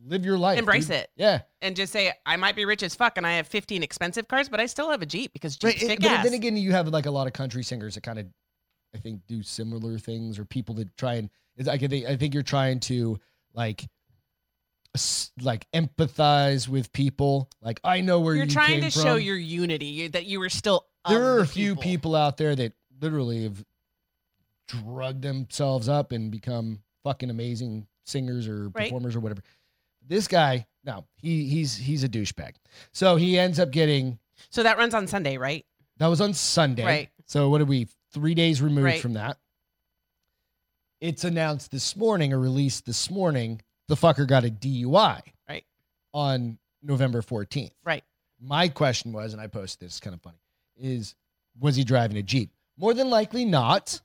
Speaker 1: live your life.
Speaker 2: embrace
Speaker 1: dude.
Speaker 2: it.
Speaker 1: Yeah.
Speaker 2: and just say I might be rich as fuck and I have 15 expensive cars, but I still have a Jeep because
Speaker 1: But,
Speaker 2: Jeep's
Speaker 1: it-
Speaker 2: kick
Speaker 1: but
Speaker 2: ass.
Speaker 1: then again, you have like a lot of country singers that kind of, I think, do similar things or people that try and, it's like, I think, I think you're trying to like, s- like empathize with people. Like, I know where
Speaker 2: you're
Speaker 1: you
Speaker 2: trying
Speaker 1: came
Speaker 2: to show
Speaker 1: from.
Speaker 2: your unity you, that you were still. of
Speaker 1: there are
Speaker 2: the
Speaker 1: a few people out there that literally have drugged themselves up and become fucking amazing singers or
Speaker 2: Right.
Speaker 1: performers or whatever. This guy, no, he he's he's a douchebag. So he ends up getting
Speaker 2: So that runs on Sunday, right?
Speaker 1: that was on Sunday.
Speaker 2: Right.
Speaker 1: So what are we three days removed
Speaker 2: Right.
Speaker 1: from that? It's announced this morning or released this morning. The fucker got a DUI.
Speaker 2: Right.
Speaker 1: On November 14th.
Speaker 2: Right.
Speaker 1: My question was, and I posted this, it's kind of funny, is was he driving a Jeep? More than likely not.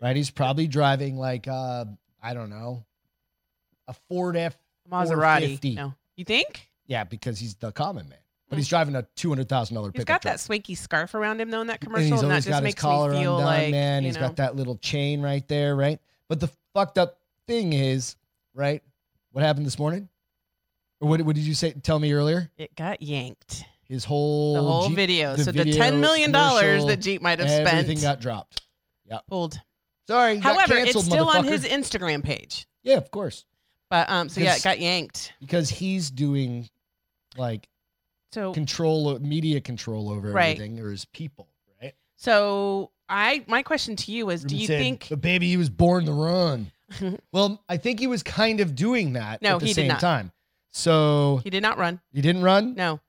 Speaker 1: right. He's probably driving like uh, I don't know, a Ford F
Speaker 2: Maserati.
Speaker 1: 450.
Speaker 2: No, you think
Speaker 1: yeah, because he's the common man. But he's driving a two hundred thousand dollar
Speaker 2: Mm. he's
Speaker 1: pickup
Speaker 2: got
Speaker 1: truck.
Speaker 2: that swanky scarf around him though in that
Speaker 1: And
Speaker 2: commercial? And,
Speaker 1: always
Speaker 2: that just makes me feel like
Speaker 1: man.
Speaker 2: you
Speaker 1: He's
Speaker 2: know,
Speaker 1: got that little chain right there, right? But the fucked up thing is, right? What happened this morning? Or what, what did you say? Tell me earlier.
Speaker 2: It got yanked.
Speaker 1: His whole
Speaker 2: The whole
Speaker 1: Jeep-
Speaker 2: video.
Speaker 1: the
Speaker 2: so the
Speaker 1: video,
Speaker 2: ten million dollars
Speaker 1: commercial,
Speaker 2: that Jeep might have
Speaker 1: everything
Speaker 2: spent.
Speaker 1: got dropped.
Speaker 2: pulled.
Speaker 1: Sorry. you got
Speaker 2: However,
Speaker 1: canceled,
Speaker 2: it's still on
Speaker 1: motherfucker.
Speaker 2: his Instagram page.
Speaker 1: Yeah, of course.
Speaker 2: But um, so yeah, it
Speaker 1: Because-
Speaker 2: got yanked.
Speaker 1: because he's doing like
Speaker 2: So
Speaker 1: control, media control over
Speaker 2: Right.
Speaker 1: everything or his people, right?
Speaker 2: so I my question to you is, do
Speaker 1: Ruben
Speaker 2: you
Speaker 1: said,
Speaker 2: think
Speaker 1: the baby he was born to run? well, I think he was kind of doing that
Speaker 2: No,
Speaker 1: at the
Speaker 2: he did
Speaker 1: same
Speaker 2: not.
Speaker 1: time. So
Speaker 2: he did not run?
Speaker 1: he didn't run.
Speaker 2: No,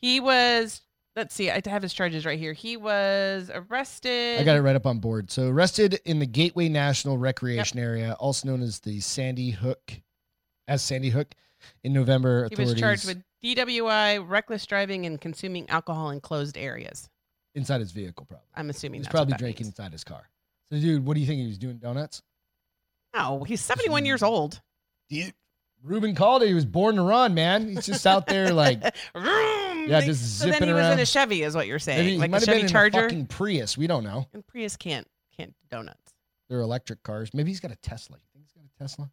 Speaker 2: he was. Let's see. I have his charges right here. He was arrested.
Speaker 1: I got it right up on board. So arrested in the Gateway National Recreation Area, also known as the Sandy Hook, as Sandy Hook, in November.
Speaker 2: He
Speaker 1: Authorities
Speaker 2: was charged with DWI, reckless driving, and consuming alcohol in closed areas.
Speaker 1: inside his vehicle. Probably
Speaker 2: I'm assuming
Speaker 1: he's
Speaker 2: that's what
Speaker 1: probably
Speaker 2: that
Speaker 1: drinking
Speaker 2: means.
Speaker 1: inside his car. So, dude, what do you think he was doing? Donuts?
Speaker 2: No, Oh, he's 71 years old.
Speaker 1: Dude, Ruben called it. He was born to run, man. He's just out there like
Speaker 2: Vroom!
Speaker 1: Yeah, just
Speaker 2: so then
Speaker 1: zipping
Speaker 2: he was
Speaker 1: around.
Speaker 2: in a Chevy, is what you're saying,
Speaker 1: maybe he
Speaker 2: like
Speaker 1: might have
Speaker 2: a
Speaker 1: been
Speaker 2: Chevy
Speaker 1: in a
Speaker 2: Charger.
Speaker 1: fucking Prius. We don't know.
Speaker 2: and Prius can't can't do donuts.
Speaker 1: They're electric cars. Maybe he's got a Tesla. You think he's got a Tesla?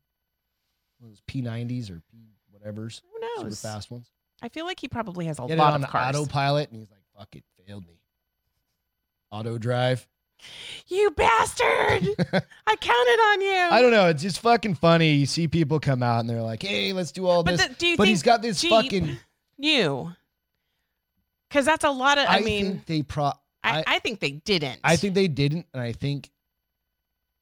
Speaker 1: One of those P90s or P whatever's
Speaker 2: Who
Speaker 1: super
Speaker 2: knows?
Speaker 1: fast ones.
Speaker 2: I feel like he probably has a
Speaker 1: Get it
Speaker 2: lot
Speaker 1: on
Speaker 2: of cars.
Speaker 1: autopilot, and he's like, "Fuck it, failed me." Auto drive.
Speaker 2: You bastard! I counted on you.
Speaker 1: I don't know. It's just fucking funny. You see people come out and they're like, "Hey, let's do all
Speaker 2: but
Speaker 1: this,"
Speaker 2: the- do you
Speaker 1: but
Speaker 2: think
Speaker 1: he's got this
Speaker 2: Jeep-
Speaker 1: fucking.
Speaker 2: you? Because that's a lot of. I, mean,
Speaker 1: think they pro.
Speaker 2: I,
Speaker 1: I-
Speaker 2: I think they didn't.
Speaker 1: I think they didn't, and I think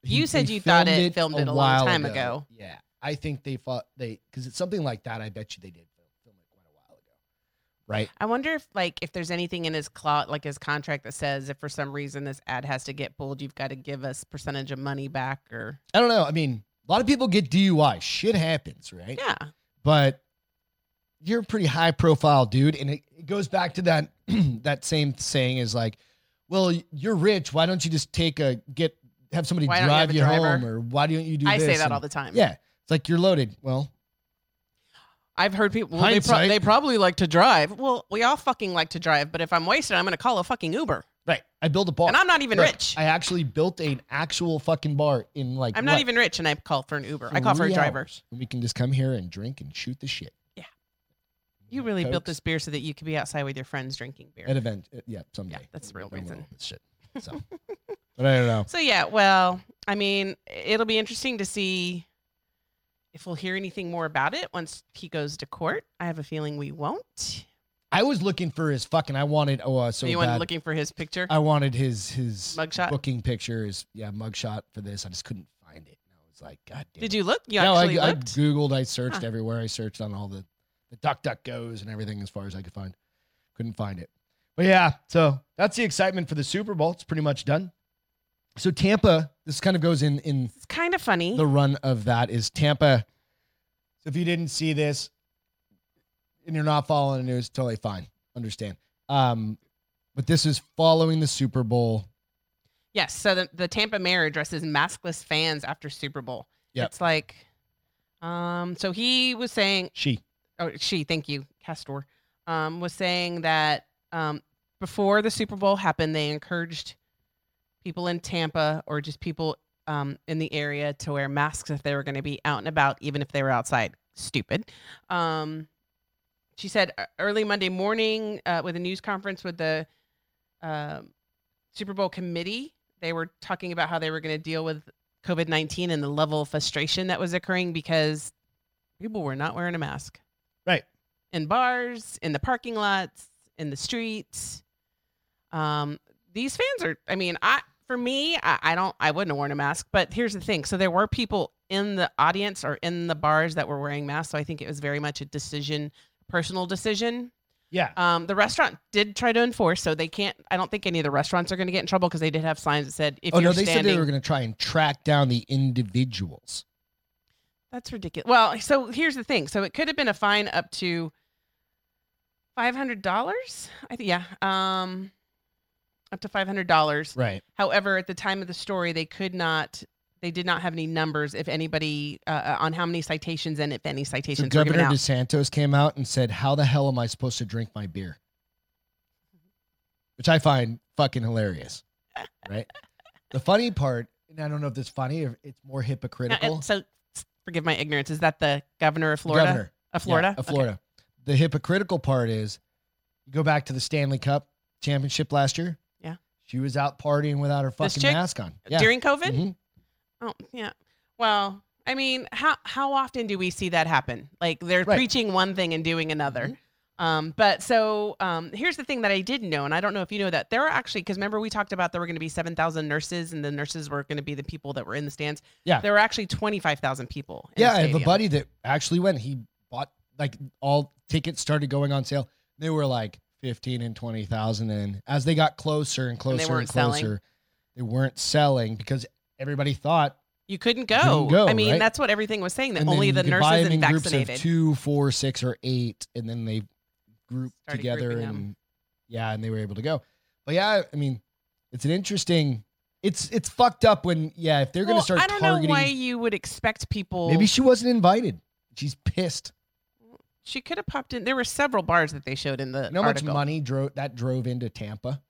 Speaker 2: You
Speaker 1: they
Speaker 2: said you thought
Speaker 1: filmed
Speaker 2: it filmed it a long
Speaker 1: while
Speaker 2: time ago.
Speaker 1: Yeah, I think they fought they because it's something like that. I bet you they did film film it quite a while ago, right?
Speaker 2: I wonder if like if there's anything in his claw like his contract that says if for some reason this ad has to get pulled, you've got to give us percentage of money back or
Speaker 1: I don't know. I mean, a lot of people get DUI. Shit happens, right?
Speaker 2: yeah.
Speaker 1: but you're a pretty high profile dude and it, it goes back to that that same saying is like well you're rich why don't you just take a get have somebody
Speaker 2: Why don't you have
Speaker 1: drive
Speaker 2: a
Speaker 1: you,
Speaker 2: driver?
Speaker 1: home or why don't you do
Speaker 2: I
Speaker 1: this
Speaker 2: say that all
Speaker 1: And-
Speaker 2: the time.
Speaker 1: yeah it's like you're loaded well
Speaker 2: I've heard people well, they, pro-
Speaker 1: Hindsight.
Speaker 2: they probably like to drive. Well, we all fucking like to drive, but if I'm wasted, I'm going to call a fucking Uber.
Speaker 1: right i built a bar
Speaker 2: And I'm not even
Speaker 1: Look,
Speaker 2: rich.
Speaker 1: i actually built an actual fucking bar in like
Speaker 2: I'm not
Speaker 1: what,
Speaker 2: even rich and I call for an Uber. I call for a
Speaker 1: three
Speaker 2: driver.
Speaker 1: hours? And we can just come here and drink and shoot the shit
Speaker 2: Yeah. You really built
Speaker 1: Cokes.
Speaker 2: this beer so that you could be outside with your friends drinking beer.
Speaker 1: at event uh, yeah someday
Speaker 2: that's the real
Speaker 1: I'm a little
Speaker 2: reason.
Speaker 1: bit shit so but i don't know
Speaker 2: So yeah, well, I mean, it'll be interesting to see if we'll hear anything more about it once he goes to court. I have a feeling we won't.
Speaker 1: I was looking for his fucking. I wanted. Oh, uh, so
Speaker 2: So you
Speaker 1: bad. Uh,
Speaker 2: went looking for his picture?
Speaker 1: I wanted his his
Speaker 2: Mugshot?
Speaker 1: booking picture. His yeah mugshot for this. I just couldn't find it. And I was like, God damn.
Speaker 2: Did you look? You
Speaker 1: no, I,
Speaker 2: actually
Speaker 1: I
Speaker 2: looked?
Speaker 1: googled. I searched
Speaker 2: Huh.
Speaker 1: everywhere. I searched on all the the Duck Duck Goes and everything as far as I could find. Couldn't find it. But yeah, so that's the excitement for the Super Bowl. It's pretty much done. So Tampa. This kind of goes in in
Speaker 2: it's kind of funny.
Speaker 1: the run of that is Tampa. So if you didn't see this and you're not following the news, totally fine. Understand. Um, but this is following the Super Bowl.
Speaker 2: yes. So the, the Tampa mayor addresses maskless fans after Super Bowl.
Speaker 1: Yep.
Speaker 2: It's like, um, so he was saying,
Speaker 1: She.
Speaker 2: oh she thank you castor um, was saying that um, before the super bowl happened they encouraged people in tampa or just people um, in the area to wear masks if they were going to be out and about even if they were outside stupid um, she said "E- early monday morning uh, with a news conference with the um super bowl committee they were talking about how they were going to deal with covid-19 and the level of frustration that was occurring because people were not wearing a mask
Speaker 1: Right.
Speaker 2: in bars, in the parking lots, in the streets. Um, these fans are. I mean, I for me, I, I don't. I wouldn't have worn a mask. But here's the thing: so there were people in the audience or in the bars that were wearing masks. So I think it was very much a decision, personal decision.
Speaker 1: Yeah.
Speaker 2: Um, the restaurant did try to enforce, so they can't. I don't think any of the restaurants are going to get in trouble because they did have signs that said, "If
Speaker 1: oh
Speaker 2: you're
Speaker 1: no, they
Speaker 2: standing,
Speaker 1: said they were going to try and track down the individuals.
Speaker 2: That's ridiculous. Well, so here's the thing. So it could have been a fine up to five hundred dollars. I think yeah, um, up to five hundred dollars.
Speaker 1: Right.
Speaker 2: However, at the time of the story, they could not. They did not have any numbers, if anybody, uh, uh, on how many citations and if any
Speaker 1: So
Speaker 2: citations were given
Speaker 1: Governor
Speaker 2: out.
Speaker 1: DeSantos came out and said, "How the hell am I supposed to drink my beer?" Which I find fucking hilarious. Right. the funny part, and I don't know if it's funny or it's more
Speaker 2: Now,
Speaker 1: hypocritical.
Speaker 2: and so, s- forgive my ignorance. Is that the governor of
Speaker 1: The
Speaker 2: Florida?
Speaker 1: Governor.
Speaker 2: Of Florida.
Speaker 1: Yeah, of
Speaker 2: Okay.
Speaker 1: Florida. The hypocritical part is you go back to the Stanley Cup championship last year.
Speaker 2: Yeah.
Speaker 1: She was out partying without her
Speaker 2: This
Speaker 1: fucking
Speaker 2: chick?
Speaker 1: Mm-hmm. mask on. Yeah.
Speaker 2: During COVID.
Speaker 1: Mhm.
Speaker 2: Oh yeah. Well, I mean, how how often do we see that happen? Like they're
Speaker 1: Right.
Speaker 2: preaching one thing and doing another.
Speaker 1: Mm-hmm.
Speaker 2: Um, but so um, here's the thing that I didn't know, and I don't know if you know that there are actually because remember we talked about there were going to be seven thousand nurses, and the nurses were going to be the people that were in the stands.
Speaker 1: Yeah.
Speaker 2: there were actually twenty five thousand people. in the
Speaker 1: Yeah, I have a
Speaker 2: stadium.
Speaker 1: buddy that actually went. He bought like all tickets started going on sale. They were like fifteen and twenty thousand, and as they got closer and closer and,
Speaker 2: weren't
Speaker 1: closer,
Speaker 2: selling.
Speaker 1: they weren't selling because everybody thought
Speaker 2: You couldn't go.
Speaker 1: Couldn't go,
Speaker 2: I mean,
Speaker 1: right?
Speaker 2: that's what everything was saying that
Speaker 1: and then
Speaker 2: only
Speaker 1: you
Speaker 2: the
Speaker 1: could buy
Speaker 2: nurses
Speaker 1: them
Speaker 2: and
Speaker 1: in groups
Speaker 2: vaccinated.
Speaker 1: of two, four, six, or eight, and then they grouped
Speaker 2: Started
Speaker 1: together
Speaker 2: grouping
Speaker 1: and
Speaker 2: them.
Speaker 1: yeah, and they were able to go. But yeah, I mean, it's an interesting. It's it's fucked up when yeah, if they're
Speaker 2: Well,
Speaker 1: gonna start
Speaker 2: I don't
Speaker 1: targeting.
Speaker 2: know why you would expect people.
Speaker 1: Maybe she wasn't invited. She's pissed.
Speaker 2: she could have popped in. There were several bars that they showed in the
Speaker 1: You know how much
Speaker 2: article.
Speaker 1: money drove that drove into Tampa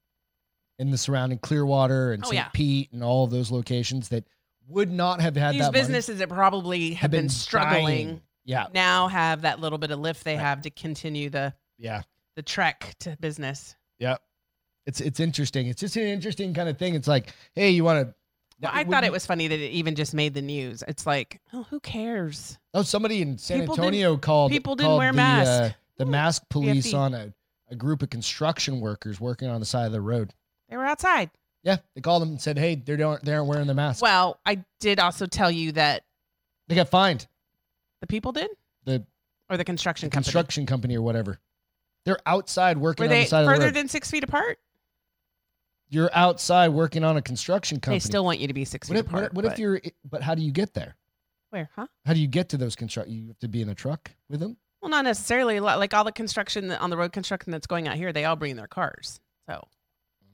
Speaker 1: and the surrounding Clearwater and
Speaker 2: Oh,
Speaker 1: St.
Speaker 2: yeah.
Speaker 1: Pete and all of those locations that would not have had
Speaker 2: These
Speaker 1: that money
Speaker 2: businesses that probably have
Speaker 1: have
Speaker 2: been,
Speaker 1: been
Speaker 2: struggling
Speaker 1: dying. Yeah,
Speaker 2: now have that little bit of lift they
Speaker 1: Right.
Speaker 2: have to continue the
Speaker 1: yeah,
Speaker 2: the trek to business.
Speaker 1: yeah. It's it's interesting. It's just an interesting kind of thing. It's like, hey, you want to?
Speaker 2: Well, I thought it was funny that it even just made the news. It's like, oh, who cares?
Speaker 1: Oh, somebody in San
Speaker 2: People didn't-
Speaker 1: Antonio called.
Speaker 2: people didn't
Speaker 1: called
Speaker 2: wear
Speaker 1: the,
Speaker 2: masks.
Speaker 1: uh, the
Speaker 2: Ooh,
Speaker 1: mask police
Speaker 2: TFE.
Speaker 1: on a, a group of construction workers working on the side of the road.
Speaker 2: They were outside.
Speaker 1: Yeah, they called them and said, hey, they don't they aren't wearing their mask.
Speaker 2: Well, I did also tell you that
Speaker 1: they got fined.
Speaker 2: the people did,
Speaker 1: The
Speaker 2: or the construction
Speaker 1: the
Speaker 2: company.
Speaker 1: construction company or whatever. They're outside working
Speaker 2: were
Speaker 1: on
Speaker 2: they
Speaker 1: the side of the
Speaker 2: further
Speaker 1: road.
Speaker 2: than six feet apart?
Speaker 1: you're outside working on a construction company.
Speaker 2: They still want you to be six
Speaker 1: what
Speaker 2: feet
Speaker 1: if, what,
Speaker 2: apart.
Speaker 1: if- what
Speaker 2: but-
Speaker 1: if you're? But how do you get there?
Speaker 2: where? Huh?
Speaker 1: How do you get to those construct? You have to be in a truck with them.
Speaker 2: Well, not necessarily. Li- Like all the construction that- on the road construction that's going out here, they all bring their cars, so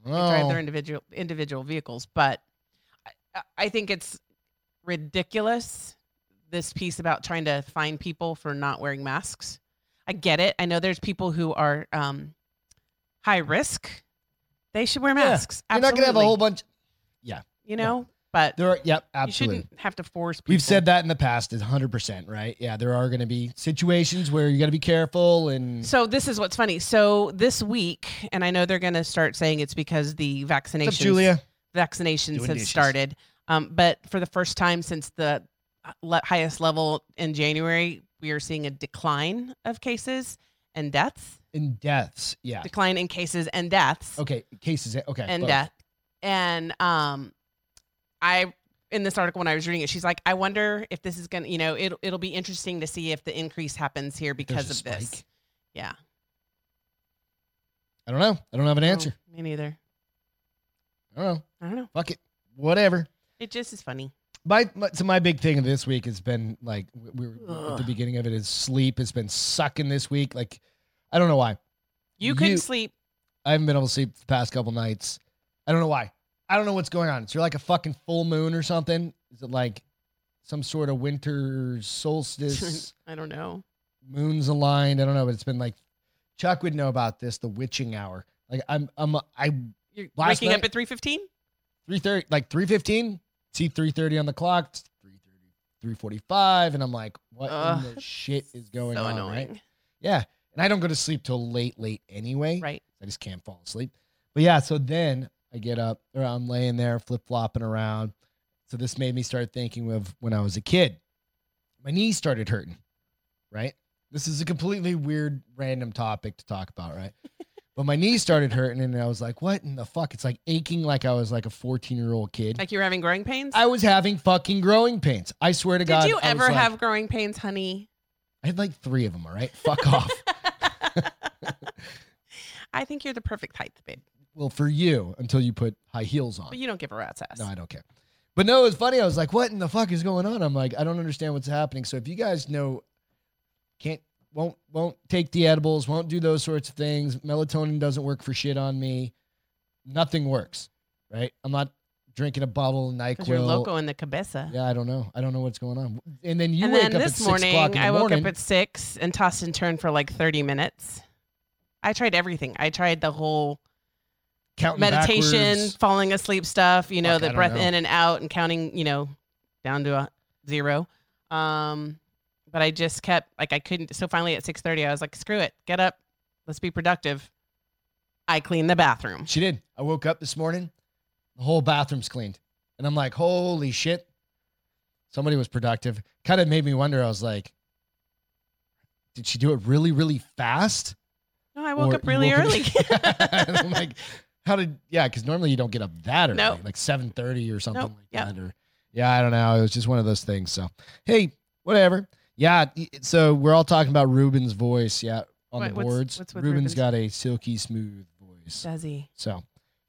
Speaker 2: they drive
Speaker 1: Oh.
Speaker 2: their individual individual vehicles. But I- I, I think it's ridiculous this piece about trying to fine people for not wearing masks. I get it. I know there's people who are um, high risk. They should wear
Speaker 1: Yeah.
Speaker 2: masks.
Speaker 1: You're not gonna have a whole
Speaker 2: Absolutely.
Speaker 1: bunch.
Speaker 2: you
Speaker 1: yeah.
Speaker 2: know. But
Speaker 1: There are. Yep,
Speaker 2: you
Speaker 1: absolutely.
Speaker 2: shouldn't have to force. people.
Speaker 1: We've said that in the past, is 100 percent right. Yeah, there are going to be situations where you got to be careful and
Speaker 2: So this is what's funny. So this week, and I know they're going to start saying it's because the
Speaker 1: What's up,
Speaker 2: vaccinations,
Speaker 1: Julia.
Speaker 2: vaccinations
Speaker 1: Doing
Speaker 2: have
Speaker 1: dishes.
Speaker 2: started. Um, but for the first time since the uh, le- highest level in January, we are seeing a decline of cases and deaths.
Speaker 1: In deaths. Yeah.
Speaker 2: Decline in cases and deaths
Speaker 1: Okay. Cases. eh, Okay.
Speaker 2: and
Speaker 1: both.
Speaker 2: death. And um, I in this article when I was reading it, she's like, I wonder if this is gonna, you know, it'll it'll be interesting to see if the increase happens here
Speaker 1: There's
Speaker 2: because
Speaker 1: a
Speaker 2: of this.
Speaker 1: spike.
Speaker 2: Yeah.
Speaker 1: I don't know. I don't have an
Speaker 2: No,
Speaker 1: answer.
Speaker 2: Oh, me neither.
Speaker 1: I don't know.
Speaker 2: I don't know.
Speaker 1: Fuck it. Whatever.
Speaker 2: It just is funny.
Speaker 1: my, my so my big thing this week has been like we we were at the
Speaker 2: Ugh.
Speaker 1: beginning of it is sleep has been sucking this week. Like I don't know why.
Speaker 2: You couldn't
Speaker 1: You-
Speaker 2: sleep.
Speaker 1: I haven't been able to sleep the past couple nights. I don't know why. I don't know what's going on. Is there like a fucking full moon or something? Is it like some sort of winter solstice?
Speaker 2: I don't know.
Speaker 1: moons aligned. I don't know, but it's been like Chuck would know about this, the witching hour. Like I'm I'm I
Speaker 2: You're
Speaker 1: Last
Speaker 2: waking up
Speaker 1: night-
Speaker 2: at three fifteen.
Speaker 1: three thirty, like three fifteen. See three thirty on the clock. It's 3:30, 3:45, and I'm like, what
Speaker 2: Ugh,
Speaker 1: in the shit is going
Speaker 2: so
Speaker 1: on?
Speaker 2: annoying.
Speaker 1: Right? Yeah, and I don't go to sleep till late, late anyway.
Speaker 2: Right.
Speaker 1: I just can't fall asleep. But yeah, so then I get up, or I'm laying there flip flopping around. So this made me start thinking of when I was a kid. My knees started hurting. Right. This is a completely weird, random topic to talk about, right? but my knees started hurting, and I was like, "What in the fuck?" It's like aching, like I was like a 14 year old kid.
Speaker 2: Like you were having growing pains.
Speaker 1: I was having fucking growing pains. I swear to
Speaker 2: Did
Speaker 1: God.
Speaker 2: you
Speaker 1: I was
Speaker 2: ever
Speaker 1: like-
Speaker 2: have growing pains, honey?
Speaker 1: I had like three of them. All right. Fuck off.
Speaker 2: I think you're the perfect height, babe.
Speaker 1: Well, for you until you put high heels on.
Speaker 2: But you don't give a rat's ass.
Speaker 1: No, I don't care. But no, it's funny. I was like, what in the fuck is going on? I'm like, I don't understand what's happening. So if you guys know, can't, won't, won't take the edibles, won't do those sorts of things. Melatonin doesn't work for shit on me. Nothing works, right? I'm not drinking a bottle of NyQuil.
Speaker 2: Because you're loco in the cabeza.
Speaker 1: Yeah, I don't know. I don't know what's going on. And then you
Speaker 2: and
Speaker 1: wake
Speaker 2: then
Speaker 1: up at
Speaker 2: this
Speaker 1: six
Speaker 2: morning,
Speaker 1: o'clock in the
Speaker 2: I woke
Speaker 1: morning.
Speaker 2: up at six and tossed and turned for like thirty minutes. I tried everything. I tried the whole
Speaker 1: counting
Speaker 2: meditation,
Speaker 1: backwards.
Speaker 2: falling asleep stuff, you know,
Speaker 1: Fuck, I
Speaker 2: the
Speaker 1: don't
Speaker 2: breath
Speaker 1: know.
Speaker 2: in and out and counting, you know, down to a zero. Um, but I just kept like I couldn't so finally at six thirty I was like, screw it, get up, let's be productive. I cleaned the bathroom.
Speaker 1: She did. I woke up this morning, the whole bathroom's cleaned. And I'm like, holy shit. Somebody was productive. Kind of made me wonder. I was like, did she do it really, really fast?
Speaker 2: No, I woke
Speaker 1: Or
Speaker 2: up
Speaker 1: you
Speaker 2: really
Speaker 1: woke Oh
Speaker 2: early.
Speaker 1: And I'm like, how did? Yeah, because normally you don't get up that early,
Speaker 2: Nope.
Speaker 1: like seven thirty or something
Speaker 2: Nope,
Speaker 1: like
Speaker 2: yep.
Speaker 1: that. Or yeah, I don't know. It was just one of those things. So hey, whatever. Yeah. y- So we're all talking about Ruben's voice. Yeah, on
Speaker 2: What-
Speaker 1: the
Speaker 2: what's-
Speaker 1: boards.
Speaker 2: what's with
Speaker 1: Ruben's
Speaker 2: Reuben's-
Speaker 1: got a silky smooth voice.
Speaker 2: Does he?
Speaker 1: So,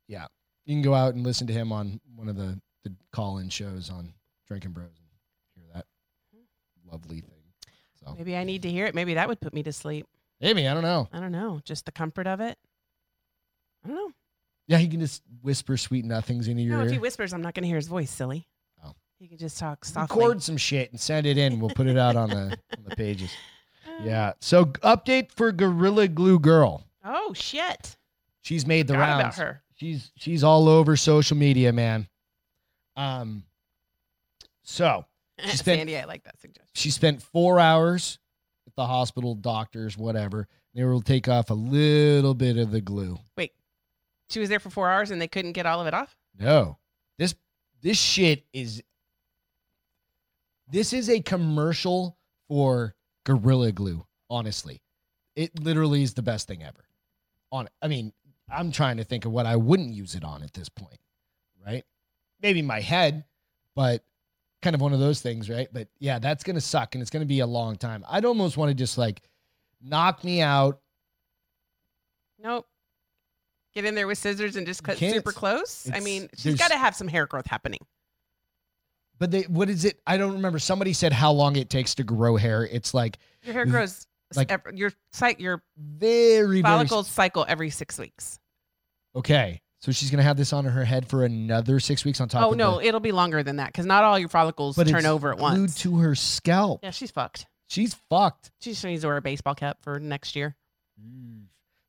Speaker 1: yeah, you can go out and listen to him on one of the, the call in shows on Drinking Bros and hear that lovely thing. So,
Speaker 2: Maybe I need to hear it. Maybe that would put me to sleep.
Speaker 1: maybe, I don't know.
Speaker 2: I don't know. Just the comfort of it. I don't know.
Speaker 1: Yeah, he can just whisper sweet nothings into your
Speaker 2: No, if he
Speaker 1: ear.
Speaker 2: whispers, I'm not going to hear his voice, silly.
Speaker 1: Oh.
Speaker 2: He can just talk softly.
Speaker 1: Record some shit and send it in. We'll put it out on the on the pages. Yeah. So g- update for Gorilla Glue Girl.
Speaker 2: Oh shit.
Speaker 1: She's made the
Speaker 2: Forgot about
Speaker 1: rounds.
Speaker 2: her.
Speaker 1: she's she's all over social media, man. Um. So She's been-
Speaker 2: Sandy, I like that suggestion.
Speaker 1: she spent four hours at the hospital, doctors, whatever. They will take off a little bit of the glue.
Speaker 2: Wait, she was there for four hours and they couldn't get all of it off.
Speaker 1: No, this this shit is this is a commercial for Gorilla Glue. Honestly, it literally is the best thing ever. On, I mean, I'm trying to think of what I wouldn't use it on at this point, right? Maybe my head, but kind of one of those things, right? But yeah, that's gonna suck, and it's gonna be a long time. I'd almost want to just like knock me out.
Speaker 2: Nope. Get in there with scissors and just
Speaker 1: You
Speaker 2: cut
Speaker 1: can't.
Speaker 2: super close. I
Speaker 1: It's-
Speaker 2: mean, she's
Speaker 1: there's-
Speaker 2: got to have some hair growth happening.
Speaker 1: But they, what is it? I don't remember. Somebody said how long it takes to grow hair. It's like
Speaker 2: Your hair
Speaker 1: Is-
Speaker 2: grows
Speaker 1: like-
Speaker 2: like your site your
Speaker 1: very
Speaker 2: follicles cycle every six weeks.
Speaker 1: Very, okay, so she's gonna have this on her head for another six weeks on top.
Speaker 2: Oh
Speaker 1: of
Speaker 2: no,
Speaker 1: the,
Speaker 2: it'll be longer than that because not all your follicles
Speaker 1: But
Speaker 2: turn
Speaker 1: it's
Speaker 2: over at
Speaker 1: glued
Speaker 2: once.
Speaker 1: to her scalp.
Speaker 2: yeah, she's fucked.
Speaker 1: She's fucked.
Speaker 2: She just needs to wear a baseball cap for next year.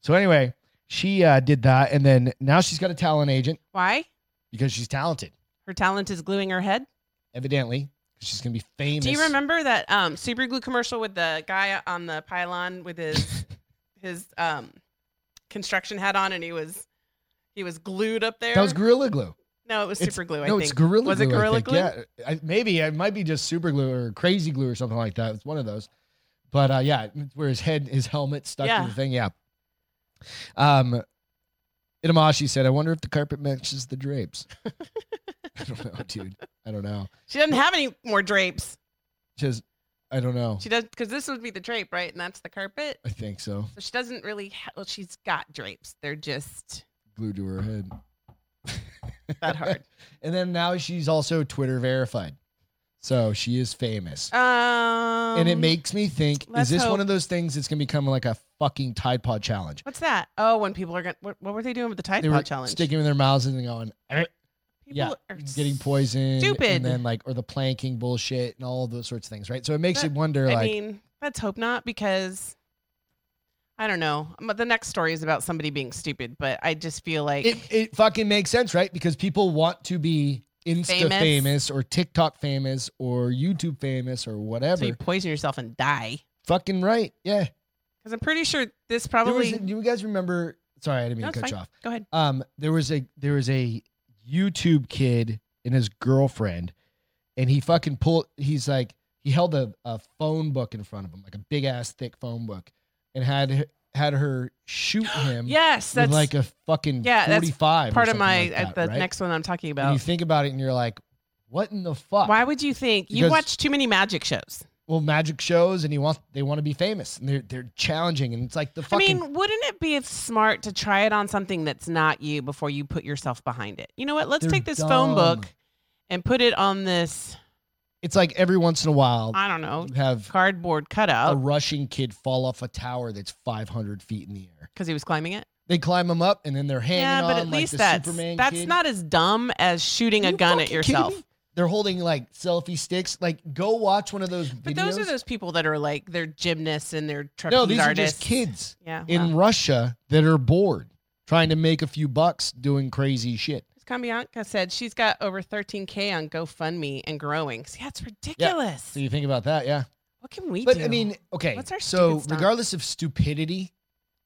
Speaker 1: So anyway, she uh, did that, and then now she's got a talent agent
Speaker 2: Why?
Speaker 1: because she's talented,
Speaker 2: Her talent is gluing her head.
Speaker 1: evidently. 'cause She's gonna be famous.
Speaker 2: Do you remember that um, super glue commercial with the guy on the pylon with his his um, construction hat on, and he was he was glued up there?
Speaker 1: That was Gorilla Glue.
Speaker 2: no, it was
Speaker 1: it's-
Speaker 2: super glue. I
Speaker 1: no,
Speaker 2: think
Speaker 1: it's Gorilla
Speaker 2: was
Speaker 1: Glue.
Speaker 2: it Gorilla
Speaker 1: I think.
Speaker 2: Glue?
Speaker 1: Yeah, I, maybe it might be just Super Glue or Crazy Glue or something like that. It's one of those. But uh, yeah, it's where his head, his helmet stuck
Speaker 2: Yeah.
Speaker 1: to the thing. Yeah. Um, Itamashi said, "I wonder if the carpet matches the drapes." I don't know, dude. I don't know.
Speaker 2: She doesn't have any more drapes.
Speaker 1: Just, I don't know.
Speaker 2: She does because this would be the drape, right? And that's the carpet.
Speaker 1: I think so.
Speaker 2: So she doesn't really. Ha- well, she's got drapes. They're just
Speaker 1: Glued to her head.
Speaker 2: that hard.
Speaker 1: And then now she's also Twitter verified, so she is famous.
Speaker 2: Um,
Speaker 1: and it makes me think: Is
Speaker 2: let's
Speaker 1: this one
Speaker 2: hope-
Speaker 1: of those things that's gonna become like a fucking Tide Pod challenge?
Speaker 2: What's that? Oh, when people are gonna. What, what were they doing with the Tide
Speaker 1: they were
Speaker 2: Pod challenge?
Speaker 1: sticking in their mouths and going, "Eh,"
Speaker 2: people
Speaker 1: yeah,
Speaker 2: are
Speaker 1: getting poisoned,
Speaker 2: stupid.
Speaker 1: and then like or the planking bullshit and all of those sorts of things, right? So it makes
Speaker 2: That-
Speaker 1: you wonder,
Speaker 2: I
Speaker 1: like,
Speaker 2: mean, let's hope not because I don't know. But The next story is about somebody being stupid, but I just feel like
Speaker 1: it it fucking makes sense, right? Because people want to be Insta famous,
Speaker 2: Famous.
Speaker 1: or TikTok famous or YouTube famous or
Speaker 2: so
Speaker 1: whatever.
Speaker 2: you poison yourself and die.
Speaker 1: fucking right, yeah.
Speaker 2: Because I'm pretty sure this
Speaker 1: There was-
Speaker 2: probably.
Speaker 1: do you guys remember? Sorry, I didn't mean
Speaker 2: No,
Speaker 1: to
Speaker 2: it's
Speaker 1: cut you
Speaker 2: fine.
Speaker 1: off.
Speaker 2: Go ahead.
Speaker 1: um there was a there was a YouTube kid and his girlfriend, and he fucking pulled. He's like he held a, a phone book in front of him, like a big ass thick phone book, and had had her shoot him.
Speaker 2: Yes,
Speaker 1: Um, with
Speaker 2: that's
Speaker 1: like a fucking
Speaker 2: Yeah, that's
Speaker 1: forty five.
Speaker 2: part of my
Speaker 1: like that,
Speaker 2: uh, the
Speaker 1: right?
Speaker 2: next one I'm talking
Speaker 1: And you
Speaker 2: about.
Speaker 1: think about it, and you're like, what in the fuck?
Speaker 2: Why would you think you
Speaker 1: Because-
Speaker 2: watch too many magic shows?
Speaker 1: well, magic shows, and he wants they want to be famous, and they're they're challenging, and it's like the fucking.
Speaker 2: I mean, wouldn't it be smart to try it on something that's not you before you put yourself behind it? You know what? Let's
Speaker 1: They're
Speaker 2: take this phone book
Speaker 1: dumb.
Speaker 2: and put it on this.
Speaker 1: it's like every once in a while
Speaker 2: I don't know
Speaker 1: you have
Speaker 2: cardboard
Speaker 1: a
Speaker 2: cutout
Speaker 1: rushing kid fall off a tower that's 500 feet in the air.
Speaker 2: because he was climbing it.
Speaker 1: They climb him up and then they're hanging
Speaker 2: yeah,
Speaker 1: on
Speaker 2: but at
Speaker 1: like
Speaker 2: least
Speaker 1: the
Speaker 2: that's
Speaker 1: Superman
Speaker 2: that's
Speaker 1: kid.
Speaker 2: not as dumb as shooting
Speaker 1: Are
Speaker 2: a
Speaker 1: you
Speaker 2: gun at
Speaker 1: fucking kidding
Speaker 2: yourself.
Speaker 1: me? They're holding like selfie sticks. Like, go watch one of those videos.
Speaker 2: But those are those people that are like they're gymnasts and they're trapeze
Speaker 1: no, these are
Speaker 2: artists.
Speaker 1: just kids
Speaker 2: Yeah,
Speaker 1: in
Speaker 2: well,
Speaker 1: Russia that are bored, trying to make a few bucks doing crazy shit.
Speaker 2: Kambianka said she's got over 13k on GoFundMe and growing. See, that's ridiculous.
Speaker 1: So you think about that, yeah.
Speaker 2: what can we
Speaker 1: But
Speaker 2: do?
Speaker 1: I mean, okay.
Speaker 2: What's our
Speaker 1: so
Speaker 2: stupid stuff?
Speaker 1: regardless of stupidity,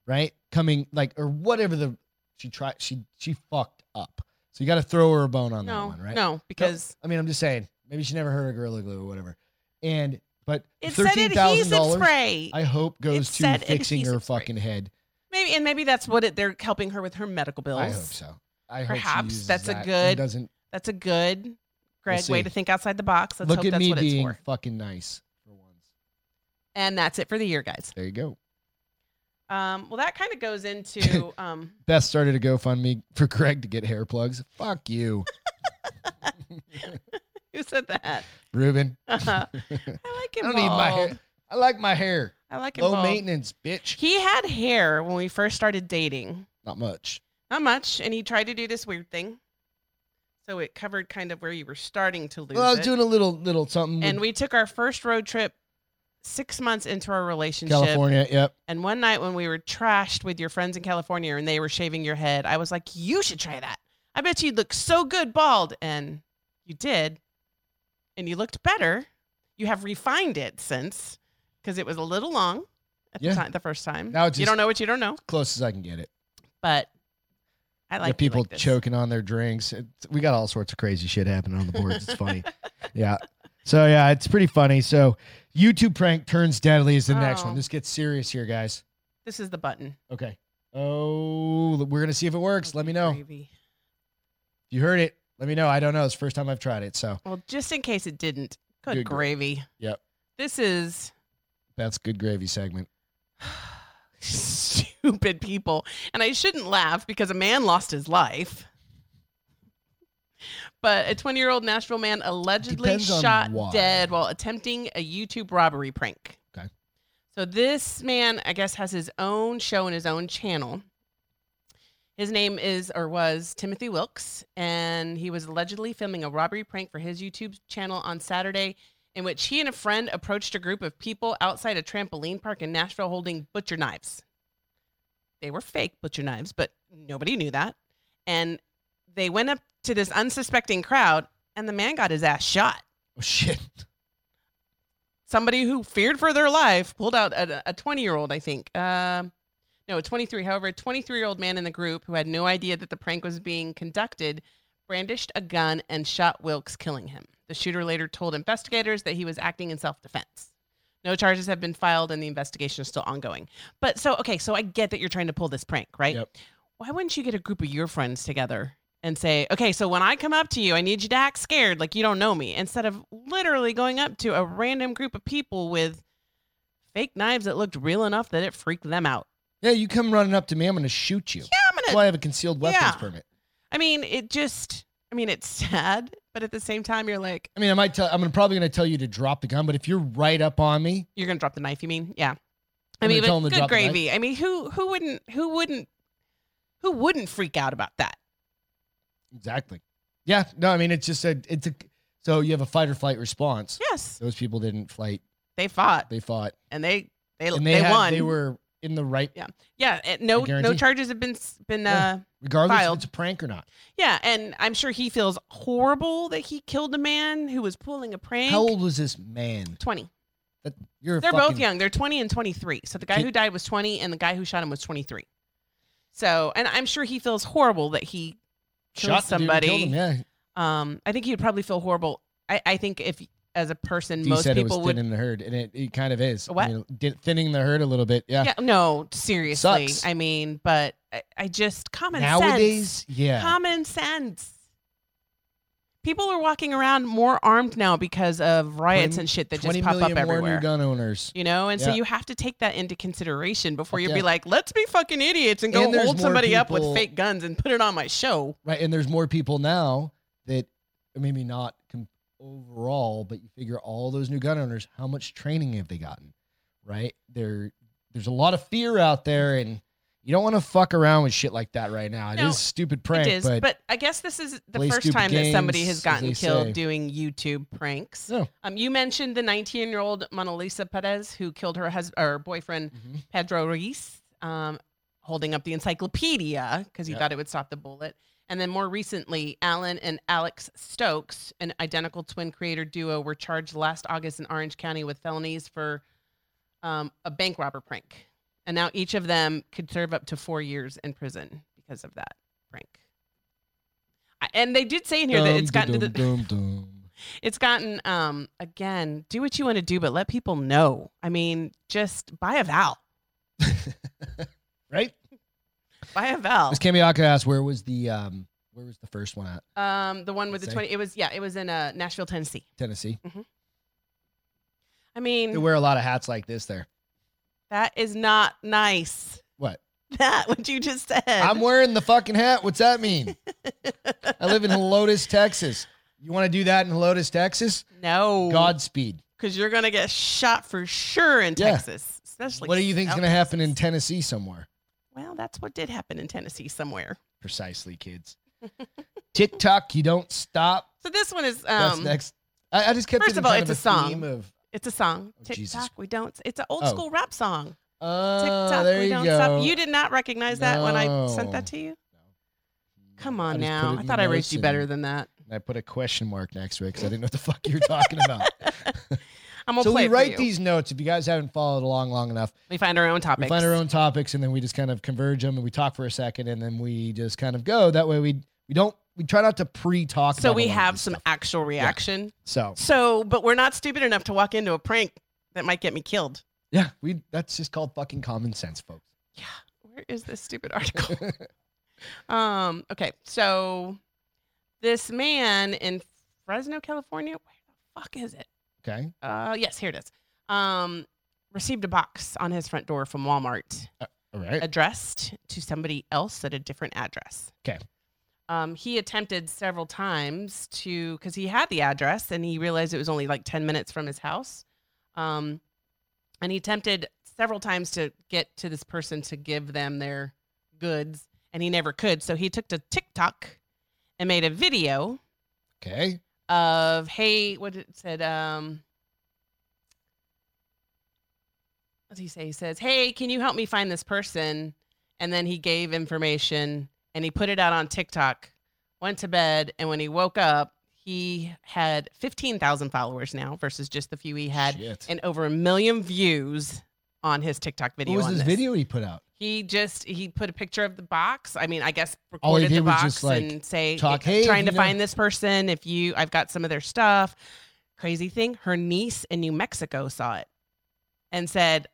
Speaker 1: right? Coming like or whatever the she tried she she fucked up. So you got to throw her a bone on that
Speaker 2: no,
Speaker 1: one, right?
Speaker 2: no, because
Speaker 1: I mean, I'm just saying, Maybe she never heard of Gorilla Glue or whatever. And but
Speaker 2: It said
Speaker 1: thirteen thousand
Speaker 2: adhesive
Speaker 1: dollars,
Speaker 2: spray.
Speaker 1: I hope goes
Speaker 2: It
Speaker 1: to
Speaker 2: said
Speaker 1: fixing her
Speaker 2: adhesive spray.
Speaker 1: fucking head.
Speaker 2: maybe and maybe that's what it, they're helping her with her medical bills.
Speaker 1: I hope so. I hope she
Speaker 2: Perhaps
Speaker 1: uses
Speaker 2: that's a
Speaker 1: that and
Speaker 2: good-
Speaker 1: Doesn't
Speaker 2: That's a good Greg
Speaker 1: see.
Speaker 2: way to think outside the box. Let's
Speaker 1: look
Speaker 2: hope
Speaker 1: at
Speaker 2: that's
Speaker 1: me
Speaker 2: what it's
Speaker 1: being
Speaker 2: for.
Speaker 1: fucking nice for once.
Speaker 2: And that's it for the year, guys.
Speaker 1: There you go.
Speaker 2: Um, well, that kind of goes into um,
Speaker 1: Beth started a GoFundMe for Greg to get hair plugs. Fuck you,
Speaker 2: who said that?
Speaker 1: Ruben.
Speaker 2: Uh-huh.
Speaker 1: I
Speaker 2: I like him.
Speaker 1: don't need my hair.
Speaker 2: bald.
Speaker 1: I like my hair.
Speaker 2: I like him.
Speaker 1: Low
Speaker 2: bald.
Speaker 1: maintenance, bitch.
Speaker 2: He had hair when we first started dating.
Speaker 1: Not much.
Speaker 2: Not much, and he tried to do this weird thing. So it covered kind of where you were starting to lose
Speaker 1: Well, I was
Speaker 2: it.
Speaker 1: doing a little little something
Speaker 2: and
Speaker 1: with
Speaker 2: we took our first road trip six months into our relationship.
Speaker 1: California. Yep.
Speaker 2: And one night when we were trashed with your friends in California and they were shaving your head, I was like, "You should try that. I bet you'd look so good bald." And you did, and you looked better. You have refined it since because it was a little long at
Speaker 1: Yeah.
Speaker 2: the, time, the first time.
Speaker 1: Now it's
Speaker 2: you
Speaker 1: just-
Speaker 2: don't know what you don't know,
Speaker 1: Close as I can get it.
Speaker 2: but I
Speaker 1: yeah,
Speaker 2: like you
Speaker 1: people
Speaker 2: like this.
Speaker 1: choking on their drinks. It's- we got all sorts of crazy shit happening on the boards. It's funny. Yeah. So yeah, it's pretty funny. So YouTube prank turns deadly is the next one.
Speaker 2: Oh.
Speaker 1: This gets serious here, guys.
Speaker 2: This is the button.
Speaker 1: Okay. Oh, we're gonna see if it works. Let me know. If
Speaker 2: Gravy.
Speaker 1: you heard it, let me know. I don't know. It's the first time I've tried it. So
Speaker 2: Well, just in case it didn't. Good,
Speaker 1: Good gra-
Speaker 2: gravy.
Speaker 1: Yep.
Speaker 2: This is
Speaker 1: that's good gravy segment.
Speaker 2: stupid people. And I shouldn't laugh because a man lost his life. But a 20 year old Nashville man allegedly
Speaker 1: Depends on
Speaker 2: shot
Speaker 1: why.
Speaker 2: dead while attempting a YouTube robbery prank.
Speaker 1: Okay.
Speaker 2: So this man, I guess, has his own show and his own channel. His name is or was Timothy Wilkes, and he was allegedly filming a robbery prank for his YouTube channel on Saturday, in which he and a friend approached a group of people outside a trampoline park in Nashville holding butcher knives. They were fake butcher knives, but nobody knew that. And they went up to this unsuspecting crowd, and the man got his ass shot.
Speaker 1: Oh shit.
Speaker 2: Somebody who feared for their life pulled out a, a 20 year old, I think. Um, no, a 23. However, a 23 year old man in the group who had no idea that the prank was being conducted brandished a gun and shot Wilkes, killing him. The shooter later told investigators that he was acting in self defense. No charges have been filed and the investigation is still ongoing. But so, okay, so I get that you're trying to pull this prank, right?
Speaker 1: Yep.
Speaker 2: Why wouldn't you get a group of your friends together and say, okay, so when I come up to you, I need you to act scared like you don't know me, instead of literally going up to a random group of people with fake knives that looked real enough that it freaked them out?
Speaker 1: Yeah, you come running up to me, I'm gonna shoot you.
Speaker 2: Yeah, I'm gonna
Speaker 1: That's why I have a concealed weapons
Speaker 2: Yeah.
Speaker 1: permit.
Speaker 2: I mean, it just, I mean, it's sad, but at the same time, you're like,
Speaker 1: I mean, I might tell. I'm probably gonna tell you to drop the gun, but if you're right up on me,
Speaker 2: you're gonna drop the knife. You mean, yeah. I
Speaker 1: I'm gonna
Speaker 2: mean,
Speaker 1: tell him
Speaker 2: but
Speaker 1: to
Speaker 2: good
Speaker 1: drop the knife.
Speaker 2: gravy. I mean, who who wouldn't who wouldn't who wouldn't freak out about that?
Speaker 1: Exactly. Yeah. No, I mean it's just a it's a so you have a fight or flight response.
Speaker 2: Yes,
Speaker 1: Those people didn't fight;
Speaker 2: they fought
Speaker 1: they fought,
Speaker 2: and they they
Speaker 1: and
Speaker 2: they,
Speaker 1: they had,
Speaker 2: won.
Speaker 1: They were in the right,
Speaker 2: yeah. and No
Speaker 1: I
Speaker 2: no
Speaker 1: guarantee.
Speaker 2: charges have been s- been.
Speaker 1: Yeah.
Speaker 2: uh
Speaker 1: regardless
Speaker 2: Filed.
Speaker 1: if it's a prank or not.
Speaker 2: Yeah, and I'm sure he feels horrible that he killed a man who was pulling a prank.
Speaker 1: How old was this man?
Speaker 2: Twenty.
Speaker 1: That you're. a
Speaker 2: They're
Speaker 1: fucking,
Speaker 2: both young. They're 20 and 23. So the guy
Speaker 1: Kid-
Speaker 2: who died was 20 and the guy who shot him was 23. So, and I'm sure he feels horrible that he killed
Speaker 1: Shot the dude and
Speaker 2: somebody.
Speaker 1: killed him, yeah.
Speaker 2: Um, I think he would probably feel horrible. I, I think if as a person,
Speaker 1: Dee
Speaker 2: most
Speaker 1: said it
Speaker 2: people
Speaker 1: was
Speaker 2: would.
Speaker 1: thinning the herd, and it, it kind of is.
Speaker 2: A what?
Speaker 1: I mean, di- thinning the herd a little bit. Yeah.
Speaker 2: Yeah, no, seriously.
Speaker 1: Sucks.
Speaker 2: I mean, but I, I just common
Speaker 1: Nowadays,
Speaker 2: sense.
Speaker 1: yeah.
Speaker 2: Common sense. People are walking around more armed now because of riots
Speaker 1: 20
Speaker 2: and shit that just
Speaker 1: Twenty
Speaker 2: pop
Speaker 1: million
Speaker 2: up
Speaker 1: more
Speaker 2: everywhere.
Speaker 1: new gun owners.
Speaker 2: you know and so
Speaker 1: Yeah.
Speaker 2: you have to take that into consideration before
Speaker 1: Fuck
Speaker 2: you
Speaker 1: yeah.
Speaker 2: be like let's be fucking idiots and go
Speaker 1: And there's
Speaker 2: hold
Speaker 1: more
Speaker 2: somebody up with
Speaker 1: people-
Speaker 2: fake guns and put it on my show
Speaker 1: right? And there's more people now that maybe not com- overall, but you figure all those new gun owners, how much training have they gotten, right? There, there's a lot of fear out there, and you don't want to fuck around with shit like that right now. It is
Speaker 2: No,
Speaker 1: a stupid prank,
Speaker 2: it is
Speaker 1: but,
Speaker 2: but, i guess this is the
Speaker 1: play
Speaker 2: first
Speaker 1: stupid
Speaker 2: time that somebody
Speaker 1: games,
Speaker 2: has
Speaker 1: as
Speaker 2: gotten
Speaker 1: they
Speaker 2: killed
Speaker 1: say.
Speaker 2: doing youtube pranks
Speaker 1: No.
Speaker 2: um, you mentioned the 19 year old mona lisa perez who killed her husband or boyfriend
Speaker 1: Mhm.
Speaker 2: pedro ruiz um, holding up the encyclopedia because he
Speaker 1: Yeah.
Speaker 2: thought it would stop the bullet and then more recently, Alan and Alex Stokes, an identical twin creator duo, were charged last August in Orange County with felonies for um, a bank robber prank. And now each of them could serve up to four years in prison because of that prank. I- And they did say in here that it's
Speaker 1: Dum,
Speaker 2: gotten to
Speaker 1: dum, dum,
Speaker 2: the
Speaker 1: dum.
Speaker 2: it's gotten um again, do what you want to do, but let people know. I mean, just buy a vowel.
Speaker 1: right?
Speaker 2: Buy a vowel.
Speaker 1: Miss Kamiaka asked, "Where was the um, where was the first one at?
Speaker 2: Um, the one with the
Speaker 1: Say.
Speaker 2: twenty it was yeah, it was in uh Nashville, Tennessee.
Speaker 1: Tennessee?
Speaker 2: I
Speaker 1: They
Speaker 2: mean
Speaker 1: wear a lot of hats like this. There,
Speaker 2: that is not nice.
Speaker 1: what?
Speaker 2: That what you just said.
Speaker 1: I'm wearing the fucking hat. What's that mean? I live in Helotes, Texas. You want to do that in Helotes, Texas?
Speaker 2: no
Speaker 1: Godspeed.
Speaker 2: because you're gonna get shot for sure in
Speaker 1: Yeah.
Speaker 2: Texas. Especially
Speaker 1: what do you think's
Speaker 2: South
Speaker 1: going to happen in
Speaker 2: Texas.
Speaker 1: Tennessee somewhere?
Speaker 2: Well, that's what did happen in Tennessee somewhere.
Speaker 1: Precisely, kids. TikTok, you don't stop.
Speaker 2: So this one is
Speaker 1: That's
Speaker 2: um,
Speaker 1: next. I, I just kept.
Speaker 2: first
Speaker 1: it in
Speaker 2: of all,
Speaker 1: kind
Speaker 2: it's
Speaker 1: a,
Speaker 2: a song.
Speaker 1: theme Of,
Speaker 2: it's a song.
Speaker 1: Oh,
Speaker 2: TikTok,
Speaker 1: Jesus.
Speaker 2: we don't. It's an old
Speaker 1: Oh.
Speaker 2: school rap song.
Speaker 1: oh,
Speaker 2: TikTok,
Speaker 1: there
Speaker 2: we
Speaker 1: you
Speaker 2: don't
Speaker 1: go.
Speaker 2: stop. You did not recognize that when I sent
Speaker 1: No.
Speaker 2: that to you.
Speaker 1: No,
Speaker 2: Come on
Speaker 1: just put it
Speaker 2: now.
Speaker 1: in
Speaker 2: I
Speaker 1: the
Speaker 2: thought I
Speaker 1: notes
Speaker 2: raised you
Speaker 1: and-
Speaker 2: better than that.
Speaker 1: And I put a question mark next to it because I didn't know what the fuck you were talking about.
Speaker 2: I'm gonna
Speaker 1: so
Speaker 2: play
Speaker 1: we
Speaker 2: it for
Speaker 1: write
Speaker 2: you.
Speaker 1: these notes. If you guys haven't followed along long enough,
Speaker 2: We find our own topics.
Speaker 1: we find our own topics and then we just kind of converge them and we talk for a second and then we just kind of go. That way we we don't we try not to pre-talk.
Speaker 2: So
Speaker 1: about a
Speaker 2: we
Speaker 1: lot of
Speaker 2: have
Speaker 1: this
Speaker 2: some
Speaker 1: stuff.
Speaker 2: actual reaction.
Speaker 1: So
Speaker 2: So, but we're not stupid enough to walk into a prank that might get me killed.
Speaker 1: yeah, we that's just called fucking common sense, folks.
Speaker 2: Yeah. Where is this stupid article? um, okay. So this man in Fresno, California, where the fuck is it?
Speaker 1: okay.
Speaker 2: Uh yes, here it is. Um received a box on his front door from Walmart
Speaker 1: All right.
Speaker 2: addressed to somebody else at a different address.
Speaker 1: Okay.
Speaker 2: Um, he attempted several times to, because he had the address and he realized it was only like 10 minutes from his house. Um, and he attempted several times to get to this person to give them their goods and he never could. So he took to TikTok and made a video
Speaker 1: Okay.
Speaker 2: of, hey, what it said, um, what does he say? He says, hey, can you help me find this person? And then he gave information and he put it out on TikTok, went to bed, and when he woke up, he had 15,000 followers now versus just the few he had
Speaker 1: Shit.
Speaker 2: and over a million views on his TikTok video.
Speaker 1: What was
Speaker 2: on
Speaker 1: this video he put out?
Speaker 2: He just he put a picture of the box. I mean, I guess
Speaker 1: All he
Speaker 2: recorded
Speaker 1: did
Speaker 2: the
Speaker 1: was
Speaker 2: box
Speaker 1: just, like,
Speaker 2: and say
Speaker 1: talk,
Speaker 2: "Hey,
Speaker 1: "Hey, if
Speaker 2: trying
Speaker 1: you
Speaker 2: to
Speaker 1: know-"
Speaker 2: find this person. If you, I've got some of their stuff. Crazy thing, her niece in New Mexico saw it and said,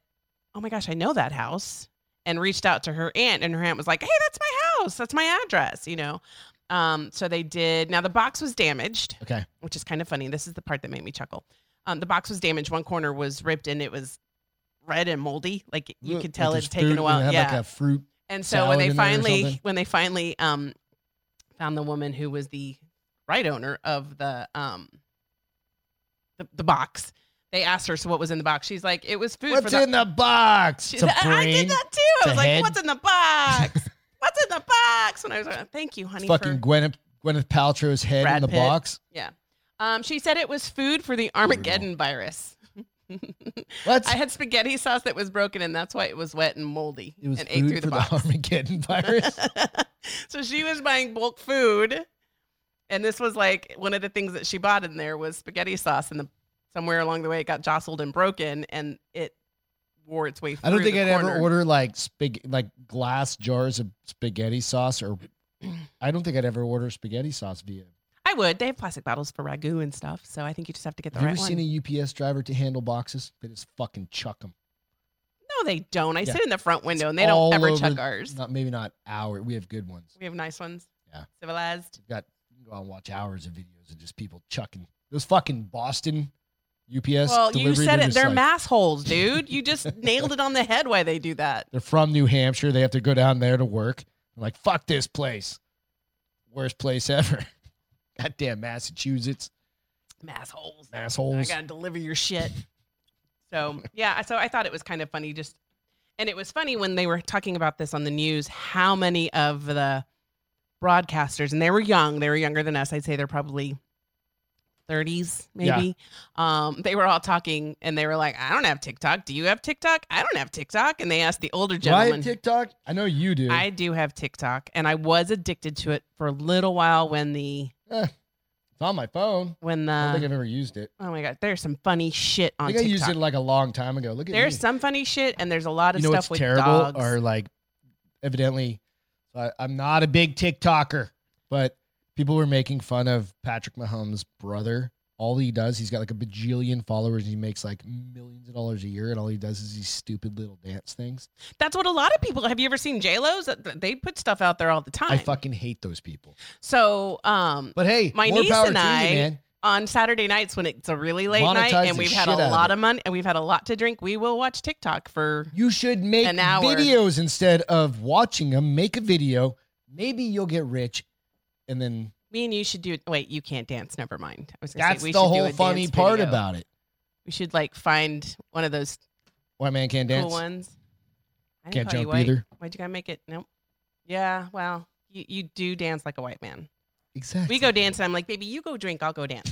Speaker 2: "Oh my gosh, I know that house." And reached out to her aunt, and her aunt was like, "Hey, that's my house. That's my address." You know. Um, so they did. Now the box was damaged
Speaker 1: Okay.
Speaker 2: which is kind of funny. This is the part that made me chuckle. Um, the box was damaged. One corner was ripped and it was red and moldy. Like you
Speaker 1: Look,
Speaker 2: could tell
Speaker 1: there's
Speaker 2: it's taken
Speaker 1: fruit and
Speaker 2: a
Speaker 1: it
Speaker 2: while.
Speaker 1: had,
Speaker 2: Yeah.
Speaker 1: Like a fruit.
Speaker 2: and so when
Speaker 1: salad in there
Speaker 2: they
Speaker 1: or
Speaker 2: finally
Speaker 1: something.
Speaker 2: when they finally um found the woman who was the right owner of the um the, the box, they asked her, so what was in the box? She's like, it was food for
Speaker 1: What's
Speaker 2: the
Speaker 1: in the box?
Speaker 2: She's
Speaker 1: It's a
Speaker 2: like, I
Speaker 1: brain.
Speaker 2: did that too.
Speaker 1: It's
Speaker 2: I
Speaker 1: a
Speaker 2: was like,
Speaker 1: head.
Speaker 2: what's in the box? what's in the box? And I was like, thank you, honey. for-
Speaker 1: fucking Gwyneth Gwyneth Paltrow's head in
Speaker 2: Brad
Speaker 1: the
Speaker 2: Pitt.
Speaker 1: box.
Speaker 2: um, she said it was food for the Armageddon virus.
Speaker 1: What?
Speaker 2: I had spaghetti sauce that was broken, and that's why it was wet and moldy.
Speaker 1: It was
Speaker 2: and
Speaker 1: food for the,
Speaker 2: box.
Speaker 1: Armageddon virus.
Speaker 2: so she was buying bulk food, and this was like one of the things that she bought in there was spaghetti sauce, and the somewhere along the way it got jostled and broken, and it wore its way. Through
Speaker 1: I don't think
Speaker 2: the
Speaker 1: I'd
Speaker 2: corner.
Speaker 1: ever order like spag- like glass jars of spaghetti sauce, or I don't think I'd ever order spaghetti sauce via.
Speaker 2: I would. They have plastic bottles for ragu and stuff, so I think you just have to get the
Speaker 1: Have you
Speaker 2: right
Speaker 1: ever
Speaker 2: one.
Speaker 1: seen a UPS driver to handle boxes? They just fucking chuck them.
Speaker 2: no, they don't. I
Speaker 1: Yeah.
Speaker 2: sit in the front window, and they
Speaker 1: It's
Speaker 2: don't
Speaker 1: all
Speaker 2: ever
Speaker 1: over-
Speaker 2: chuck ours.
Speaker 1: Not maybe not our. We have good ones.
Speaker 2: We have nice ones.
Speaker 1: Yeah.
Speaker 2: civilized.
Speaker 1: We've got you can go out and watch hours of videos of just people chucking those fucking Boston UPS.
Speaker 2: Well, you
Speaker 1: delivery,
Speaker 2: said
Speaker 1: they're
Speaker 2: it.
Speaker 1: just
Speaker 2: They're
Speaker 1: like-
Speaker 2: mass holes, dude. You just nailed it on the head why they do that.
Speaker 1: They're from New Hampshire. They have to go down there to work. I'm like, fuck this place. Worst place ever. Goddamn Massachusetts.
Speaker 2: Mass holes. I
Speaker 1: Assholes.
Speaker 2: gotta deliver your shit. So yeah, so I thought it was kind of funny. Just and it was funny when they were talking about this on the news. How many of the broadcasters and they were young. They were younger than us. I'd say they're probably. 30s maybe um they were all talking and they were like i don't have tiktok do you have tiktok i don't have tiktok and they asked the older
Speaker 1: Do I
Speaker 2: gentleman
Speaker 1: have TikTok? I know you do.
Speaker 2: I do have TikTok, and I was addicted to it for a little while when the
Speaker 1: it's on my phone.
Speaker 2: when
Speaker 1: I don't think
Speaker 2: the
Speaker 1: I've ever used it.
Speaker 2: oh my god, there's some funny shit
Speaker 1: I
Speaker 2: on
Speaker 1: think I used
Speaker 2: TikTok.
Speaker 1: it like a long time ago. Look at
Speaker 2: there's
Speaker 1: me.
Speaker 2: some funny shit, and there's a lot of
Speaker 1: you know
Speaker 2: stuff
Speaker 1: what's
Speaker 2: with
Speaker 1: terrible
Speaker 2: dogs.
Speaker 1: or like evidently I, I'm not a big TikToker, but people were making fun of Patrick Mahomes' brother all he does, he's got like a bajillion followers. He makes like millions of dollars a year, and all he does is these stupid little dance things.
Speaker 2: That's what a lot of people have. You ever seen J Lo's? They put stuff out there all the time.
Speaker 1: I fucking hate those people.
Speaker 2: So, um,
Speaker 1: But hey,
Speaker 2: My
Speaker 1: more
Speaker 2: niece
Speaker 1: power
Speaker 2: and
Speaker 1: to you,
Speaker 2: I-
Speaker 1: man.
Speaker 2: on Saturday nights when it's a really late night
Speaker 1: Monetize
Speaker 2: and
Speaker 1: the
Speaker 2: we've had a
Speaker 1: shit out of
Speaker 2: lot
Speaker 1: it.
Speaker 2: of money and we've had a lot to drink, we will watch TikTok for
Speaker 1: You should make
Speaker 2: An hour.
Speaker 1: videos instead of watching them. Make a video. Maybe you'll get rich, and then
Speaker 2: me and you should do wait, you can't dance, never mind. I was gonna
Speaker 1: that's
Speaker 2: say we
Speaker 1: the
Speaker 2: should do
Speaker 1: whole
Speaker 2: a
Speaker 1: funny
Speaker 2: dance
Speaker 1: part
Speaker 2: video.
Speaker 1: about it.
Speaker 2: we should like find one of those
Speaker 1: Why man can't dance?
Speaker 2: cool ones. I didn't
Speaker 1: Can't
Speaker 2: call you
Speaker 1: jump
Speaker 2: white.
Speaker 1: either.
Speaker 2: Why'd you gotta make it? Nope. Yeah, well, you, you do dance like a white man.
Speaker 1: Exactly.
Speaker 2: We go dance, and I'm like, baby, you go drink, I'll go dance.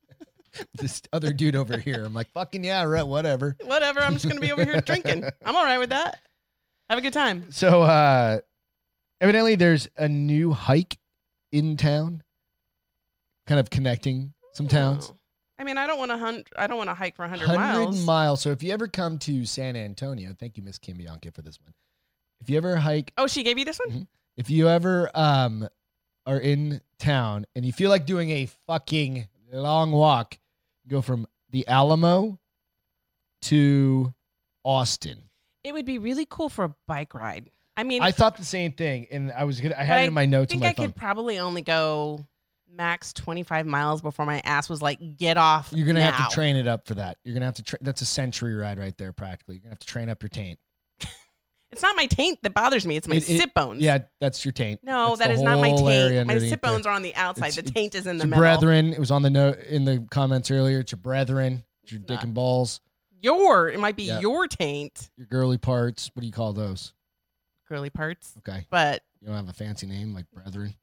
Speaker 1: this other dude over here. I'm like, fucking yeah, right, whatever.
Speaker 2: Whatever, I'm just gonna be over here drinking. I'm all right with that. Have a good time.
Speaker 1: So uh evidently there's a new hike in town, kind of connecting some towns.
Speaker 2: Oh. I mean, I don't want to hunt. I don't want to hike for 100, miles.
Speaker 1: miles. So if you ever come to San Antonio, thank you, Miss Kim Bianca, for this one. If you ever hike,
Speaker 2: oh, she gave you this one.
Speaker 1: if you ever um are in town and you feel like doing a fucking long walk, go from the Alamo to Austin.
Speaker 2: It would be really cool for a bike ride. I mean,
Speaker 1: Mm-hmm. I
Speaker 2: I
Speaker 1: thought the same thing, and I was gonna. I had
Speaker 2: But
Speaker 1: it in my notes on
Speaker 2: think
Speaker 1: my
Speaker 2: I
Speaker 1: phone.
Speaker 2: could probably only go max 25 miles before my ass was like, get off.
Speaker 1: You're gonna have
Speaker 2: now."
Speaker 1: to train it up for that. You're gonna have to. Tra- that's a century ride right there, practically. You're gonna have to train up your taint.
Speaker 2: It's not my taint that bothers me. It's my
Speaker 1: It- it-
Speaker 2: sit bones.
Speaker 1: Yeah, that's your taint.
Speaker 2: No,
Speaker 1: That's
Speaker 2: that
Speaker 1: the
Speaker 2: is not my
Speaker 1: whole area
Speaker 2: taint. My
Speaker 1: underneath
Speaker 2: sit
Speaker 1: there.
Speaker 2: bones are on the outside.
Speaker 1: It's-
Speaker 2: the
Speaker 1: it's-
Speaker 2: taint is in
Speaker 1: It's
Speaker 2: the
Speaker 1: your
Speaker 2: middle.
Speaker 1: brethren. It was on the note in the comments earlier. It's your brethren. It's your
Speaker 2: It's
Speaker 1: dick
Speaker 2: not.
Speaker 1: and balls.
Speaker 2: Your it might be
Speaker 1: Yeah.
Speaker 2: your taint.
Speaker 1: Your girly parts. What do you call those?
Speaker 2: Girly parts,
Speaker 1: Okay,
Speaker 2: but
Speaker 1: you don't have a fancy name like brethren.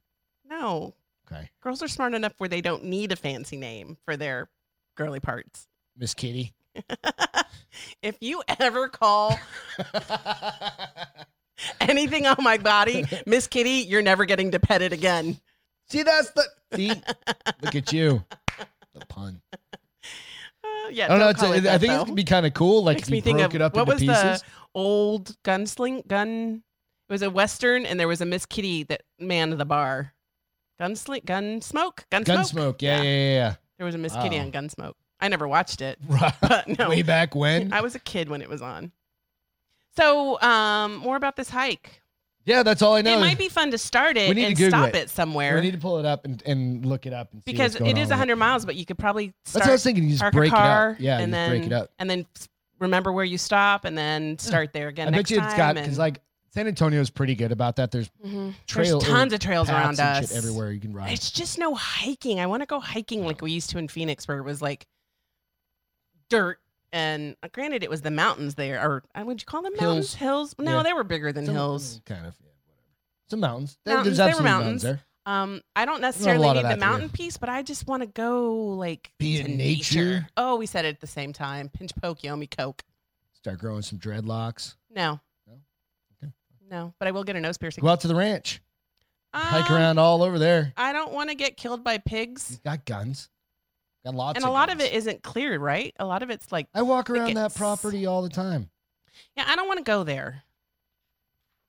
Speaker 2: no.
Speaker 1: Okay,
Speaker 2: Girls are smart enough where they don't need a fancy name for their girly parts.
Speaker 1: Miss Kitty.
Speaker 2: if you ever call anything on my body, Miss Kitty, you're never getting to pet it again.
Speaker 1: see, that's the see. Look at you. The pun.
Speaker 2: Uh, yeah,
Speaker 1: I don't know. It's
Speaker 2: call
Speaker 1: a- I
Speaker 2: it that,
Speaker 1: think
Speaker 2: though.
Speaker 1: it could be kind of cool. Like
Speaker 2: Makes
Speaker 1: if
Speaker 2: me
Speaker 1: you
Speaker 2: think
Speaker 1: broke
Speaker 2: of-
Speaker 1: it up
Speaker 2: what
Speaker 1: into
Speaker 2: was
Speaker 1: pieces.
Speaker 2: the- old gunsling gun. It was a western, and there was a Miss Kitty that manned the bar. Gunsling, gun smoke, gun,
Speaker 1: Gunsmoke.
Speaker 2: smoke.
Speaker 1: Yeah, yeah,
Speaker 2: Yeah.
Speaker 1: yeah.
Speaker 2: There was a Miss Kitty
Speaker 1: Wow.
Speaker 2: on Gunsmoke. I never watched it,
Speaker 1: yeah. Right.
Speaker 2: but no,
Speaker 1: Oh. Way back when.
Speaker 2: I was a kid when it was on. So, um, more about this hike.
Speaker 1: yeah, that's all I know.
Speaker 2: It might be fun to start it
Speaker 1: We need to
Speaker 2: and
Speaker 1: Google
Speaker 2: stop
Speaker 1: it.
Speaker 2: it, somewhere
Speaker 1: We need to pull it up and, and look it up and see
Speaker 2: because
Speaker 1: what's going
Speaker 2: it is
Speaker 1: on with
Speaker 2: 100 miles, but you could probably
Speaker 1: That's what I
Speaker 2: start
Speaker 1: was thinking. You just
Speaker 2: park a
Speaker 1: break it
Speaker 2: car
Speaker 1: up. Yeah,
Speaker 2: and
Speaker 1: you just break it
Speaker 2: then-
Speaker 1: up.
Speaker 2: and then s- remember where you stop and then start there again
Speaker 1: I bet
Speaker 2: next
Speaker 1: you it's got
Speaker 2: time.
Speaker 1: because
Speaker 2: and-
Speaker 1: like San Antonio's pretty good about that. There's
Speaker 2: Mhm.
Speaker 1: trail
Speaker 2: There's tons of trails
Speaker 1: paths
Speaker 2: around
Speaker 1: and
Speaker 2: us
Speaker 1: shit everywhere you can ride.
Speaker 2: It's just no hiking. I want to go hiking like we used to in Phoenix, where it was like dirt. And uh, granted, it was the mountains there, or uh, would you call them mountains? Hills? No,
Speaker 1: Yeah.
Speaker 2: they were bigger than
Speaker 1: Some- mm,
Speaker 2: hills.
Speaker 1: kind of. Yeah, whatever. Some mountains. There- There's
Speaker 2: Mountains, there were
Speaker 1: absolutely mountains.
Speaker 2: mountains.
Speaker 1: there.
Speaker 2: Um, I
Speaker 1: lot
Speaker 2: don't necessarily
Speaker 1: of
Speaker 2: need
Speaker 1: that
Speaker 2: the
Speaker 1: here.
Speaker 2: mountain piece, but I just want to go like
Speaker 1: Be
Speaker 2: to
Speaker 1: in nature.
Speaker 2: Oh, we said it at the same time. Pinch poke, yomi coke.
Speaker 1: Start growing some dreadlocks.
Speaker 2: No,
Speaker 1: No? Okay.
Speaker 2: no, but I will get a nose piercing.
Speaker 1: Go out to the ranch. Hike
Speaker 2: Um,
Speaker 1: around all over there.
Speaker 2: I don't want to get killed by
Speaker 1: You
Speaker 2: pigs,
Speaker 1: got guns. Got lots.
Speaker 2: and a lot of
Speaker 1: guns.
Speaker 2: it isn't clear, right? A lot of it's like,
Speaker 1: I walk around that
Speaker 2: Crickets.
Speaker 1: property all the time.
Speaker 2: yeah, I don't want to go there.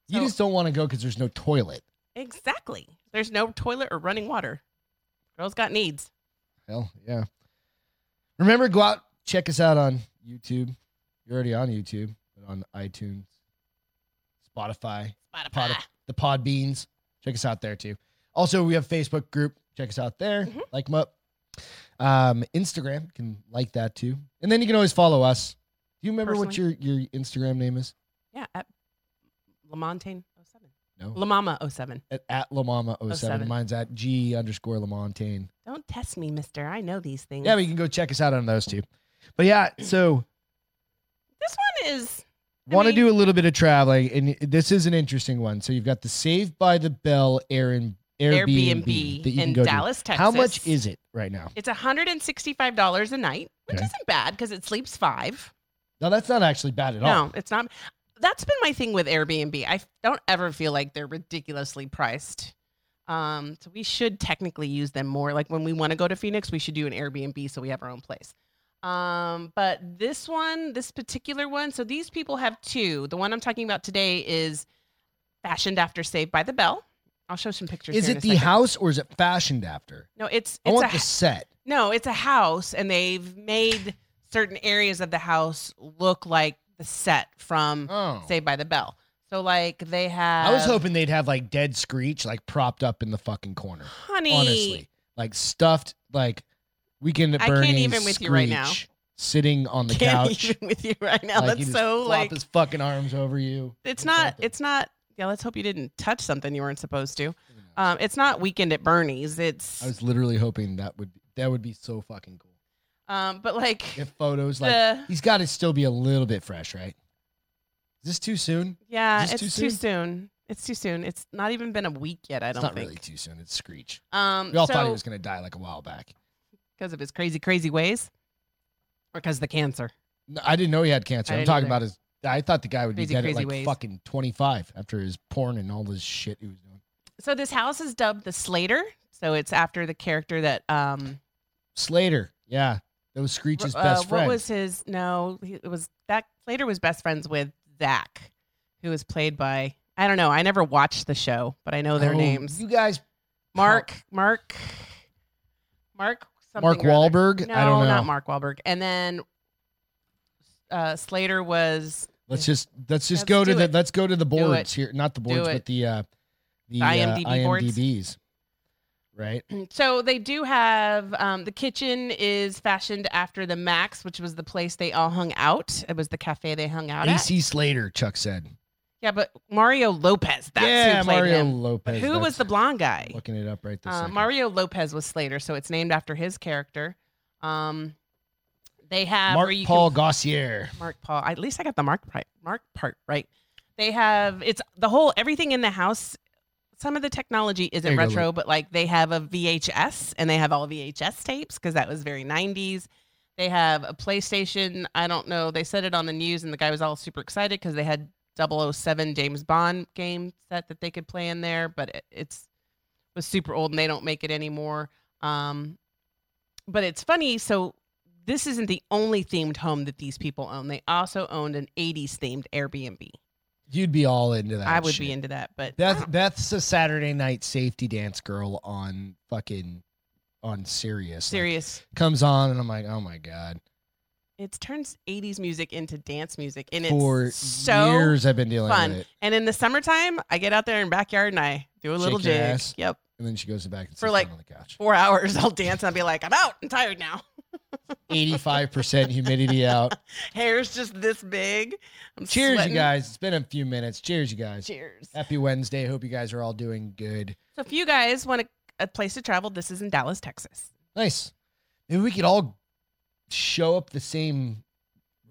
Speaker 1: You
Speaker 2: So-
Speaker 1: just don't want to go because there's no toilet.
Speaker 2: Exactly. There's no toilet or running water. Girls got needs.
Speaker 1: Hell yeah. Remember, go out, check us out on YouTube. You're already on YouTube, but on iTunes, Spotify, Pod,
Speaker 2: Spotify.
Speaker 1: the Pod Beans. Check us out there too. Also, we have Facebook group. Check us out there.
Speaker 2: Mhm.
Speaker 1: Like them up. Um, Instagram you can like that too, and then you can always follow us. Do you remember what your your Instagram name is?
Speaker 2: Yeah, at oh Lamontagne 07.
Speaker 1: No,
Speaker 2: Lamama 07.
Speaker 1: at, at Lamama07.
Speaker 2: 07.
Speaker 1: Mine's at G underscore Lamontagne.
Speaker 2: Don't test me, mister. I know these things.
Speaker 1: Yeah, but you can go check us out on those too. But yeah, so
Speaker 2: this one is I
Speaker 1: want to
Speaker 2: mean-
Speaker 1: do a little bit of traveling, and this is an interesting one. So you've got the Saved by the Bell Airbnb, Airbnb,
Speaker 2: Airbnb
Speaker 1: that you can
Speaker 2: in
Speaker 1: go to.
Speaker 2: Dallas, Texas.
Speaker 1: How much is it right now?
Speaker 2: It's $165 a night, which
Speaker 1: Okay.
Speaker 2: isn't bad because it sleeps five.
Speaker 1: No, that's not actually bad at all.
Speaker 2: No, it's not. That's been my thing with Airbnb. I don't ever feel like they're ridiculously priced. Um, so we should technically use them more. Like when we want to go to Phoenix, we should do an Airbnb so we have our own place. Um, but this one, this particular one, so these people have two. The one I'm talking about today is fashioned after Saved by the Bell I'll show some pictures.
Speaker 1: Is
Speaker 2: here in
Speaker 1: it
Speaker 2: a
Speaker 1: the
Speaker 2: second.
Speaker 1: house or is it fashioned after?
Speaker 2: No, it's
Speaker 1: I
Speaker 2: it's a
Speaker 1: want the set.
Speaker 2: no, it's a house, and they've made certain areas of the house look like the set from
Speaker 1: Oh.
Speaker 2: Saved by the Bell. So like they have.
Speaker 1: I was hoping they'd have like dead screech like propped up in the fucking corner.
Speaker 2: honey.
Speaker 1: Honestly. Like stuffed like weekend at
Speaker 2: I can't
Speaker 1: Bernie's.
Speaker 2: even with you right now.
Speaker 1: Screech Sitting on the
Speaker 2: can't
Speaker 1: couch.
Speaker 2: even with you right now.
Speaker 1: like, he
Speaker 2: That's
Speaker 1: just
Speaker 2: so
Speaker 1: flop
Speaker 2: like
Speaker 1: his fucking arms over you.
Speaker 2: it's
Speaker 1: or
Speaker 2: not
Speaker 1: something.
Speaker 2: it's not yeah let's hope you didn't touch something you weren't supposed to um it's not weekend at bernie's it's
Speaker 1: I was literally hoping that would that would be so fucking cool.
Speaker 2: um but like
Speaker 1: If photos like
Speaker 2: the
Speaker 1: he's got to still be a little bit fresh, right? Is this too soon?
Speaker 2: yeah
Speaker 1: is
Speaker 2: it's
Speaker 1: this
Speaker 2: too
Speaker 1: too
Speaker 2: soon? it's too soon it's not even been a week yet i
Speaker 1: it's
Speaker 2: don't
Speaker 1: not
Speaker 2: think
Speaker 1: really too soon. It's Screech.
Speaker 2: um
Speaker 1: We all
Speaker 2: so,
Speaker 1: thought he was gonna die like a while back.
Speaker 2: because of his crazy crazy ways or because the cancer
Speaker 1: No, I didn't know he had cancer.
Speaker 2: I
Speaker 1: I'm
Speaker 2: didn't
Speaker 1: talking
Speaker 2: either.
Speaker 1: about his. I thought the guy would
Speaker 2: Crazy,
Speaker 1: be dead at
Speaker 2: crazy
Speaker 1: like
Speaker 2: ways.
Speaker 1: fucking 25 after his porn and all this shit he was doing.
Speaker 2: so this house is dubbed the slater so it's after the character that um
Speaker 1: Slater, yeah, that was Screech's
Speaker 2: uh,
Speaker 1: best friend.
Speaker 2: What was his? No, he, it was that Slater was best friends with Zach, who was played by I don't know. I never watched the show, but I know their
Speaker 1: Oh,
Speaker 2: names.
Speaker 1: You guys,
Speaker 2: Mark, Mark, Mark, something
Speaker 1: Mark
Speaker 2: or other.
Speaker 1: Wahlberg.
Speaker 2: No,
Speaker 1: I don't know.
Speaker 2: not Mark Wahlberg. And then uh, Slater was
Speaker 1: Let's just let's just
Speaker 2: Let's
Speaker 1: go to
Speaker 2: do
Speaker 1: the
Speaker 2: it.
Speaker 1: let's go to the
Speaker 2: it.
Speaker 1: boards here. Not the boards,
Speaker 2: it.
Speaker 1: but the uh, the
Speaker 2: The
Speaker 1: uh,
Speaker 2: IMDb boards.
Speaker 1: IMDb's. Right.
Speaker 2: so they do have um, the kitchen is fashioned after the Max, which was the place they all hung out. It was the cafe they hung out at.
Speaker 1: AC Slater. Chuck said.
Speaker 2: Yeah, but Mario Lopez. That's
Speaker 1: yeah,
Speaker 2: who played
Speaker 1: Mario
Speaker 2: him.
Speaker 1: Lopez.
Speaker 2: But who was
Speaker 1: that's-
Speaker 2: the blonde guy?
Speaker 1: Looking it up right this
Speaker 2: Uh,
Speaker 1: second.
Speaker 2: Mario Lopez was Slater, so it's named after his character. Um, they have
Speaker 1: Mark
Speaker 2: where you
Speaker 1: Paul
Speaker 2: can-
Speaker 1: Gossier.
Speaker 2: Mark Paul. At least I got the Mark pri- Mark part right. They have it's the whole everything in the house. Some of the technology
Speaker 1: There
Speaker 2: isn't
Speaker 1: you go,
Speaker 2: retro, but like they have a VHS and they have all VHS tapes because that was very 90s. They have a PlayStation. I don't know. They said it on the news and the guy was all super excited because they had 007 James Bond game set that they could play in there, but it, it's was super old and they don't make it anymore. Um, but it's funny. So this isn't the only themed home that these people own. They also owned an 80s themed Airbnb.
Speaker 1: You'd be all into that.
Speaker 2: I would
Speaker 1: Ah, shit.
Speaker 2: be into that, but
Speaker 1: Beth Beth's a Saturday night safety dance girl on fucking on Sirius. Like,
Speaker 2: serious.
Speaker 1: comes on and I'm like, oh my god.
Speaker 2: It turns 80s music into dance music and it's
Speaker 1: For
Speaker 2: so
Speaker 1: years I've been dealing
Speaker 2: fun.
Speaker 1: with it.
Speaker 2: And in the summertime, I get out there in backyard and I do a little
Speaker 1: Shake your
Speaker 2: jig.
Speaker 1: ass.
Speaker 2: Yep.
Speaker 1: And then she goes back and sits
Speaker 2: For like-
Speaker 1: down on the couch.
Speaker 2: Four hours, I'll dance and I'll be like, I'm out. I'm tired now.
Speaker 1: Eighty five percent humidity out.
Speaker 2: Hair's just this big. I'm
Speaker 1: Cheers,
Speaker 2: sweating.
Speaker 1: you guys. It's been a few minutes. Cheers, you guys.
Speaker 2: Cheers.
Speaker 1: Happy Wednesday. Hope you guys are all doing good.
Speaker 2: So if you guys want a, a place to travel, this is in Dallas, Texas.
Speaker 1: Nice. Maybe we could all show up the same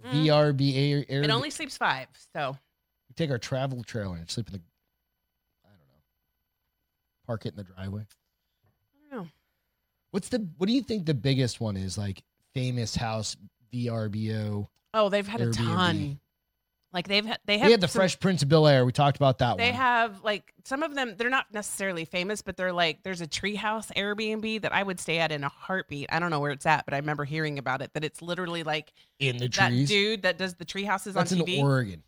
Speaker 2: Mm.
Speaker 1: VRBA air.
Speaker 2: It only sleeps five, so
Speaker 1: take our travel trailer and sleep in the I don't know. Park it in the driveway.
Speaker 2: I don't know.
Speaker 1: What's the what do you think the biggest one is? Like famous house VRBO.
Speaker 2: Oh, they've had
Speaker 1: Airbnb.
Speaker 2: a ton. Like they've had, they have
Speaker 1: We had the
Speaker 2: some-
Speaker 1: Fresh Prince of Bel Air. We talked about that
Speaker 2: They
Speaker 1: one.
Speaker 2: have like some of them. They're not necessarily famous, but they're like there's a treehouse Airbnb that I would stay at in a heartbeat. I don't know where it's at, but I remember hearing about it. That it's literally like
Speaker 1: in the
Speaker 2: that
Speaker 1: trees.
Speaker 2: dude that does the treehouses on
Speaker 1: That's in
Speaker 2: TV.
Speaker 1: Oregon.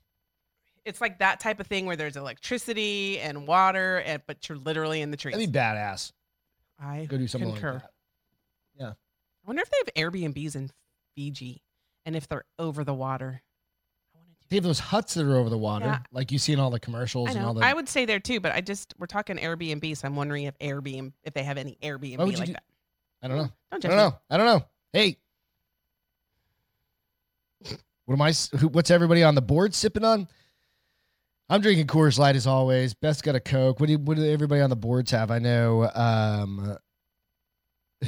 Speaker 2: it's like that type of thing where there's electricity and water, and but you're literally in the trees.
Speaker 1: That'd be badass.
Speaker 2: I
Speaker 1: Go do something
Speaker 2: Concur.
Speaker 1: like that.
Speaker 2: I wonder if they have Airbnbs in Fiji, and if they're over the water. I want to do
Speaker 1: They have those huts that are over the water,
Speaker 2: Yeah.
Speaker 1: like you see in all the commercials
Speaker 2: I
Speaker 1: and all
Speaker 2: know.
Speaker 1: the
Speaker 2: I would say there too, but I just we're talking Airbnb, so I'm wondering if Airbnb if they have any Airbnb
Speaker 1: Oh, would you
Speaker 2: like
Speaker 1: do-
Speaker 2: that.
Speaker 1: I don't know.
Speaker 2: Don't
Speaker 1: I
Speaker 2: judge
Speaker 1: don't
Speaker 2: me.
Speaker 1: know. I don't know. Hey. What am I s- who- what's everybody on the board sipping on? I'm drinking Coors Light as always. Beth's got a Coke. What do you, what do everybody on the boards have? I know um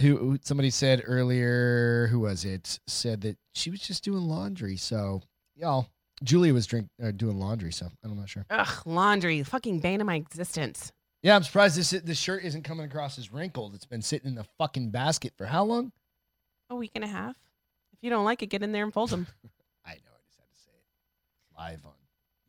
Speaker 1: who who- somebody said earlier, who was it? Said that she was just doing laundry. So, y'all, Julia was drink uh, doing laundry, so I'm not sure.
Speaker 2: Ugh, laundry, the fucking bane of my existence.
Speaker 1: Yeah, I'm surprised this this shirt isn't coming across as wrinkled. It's been sitting in the fucking basket for how long?
Speaker 2: A week and a half. If you don't like it, get in there and fold them.
Speaker 1: I know. I just had to say it live on.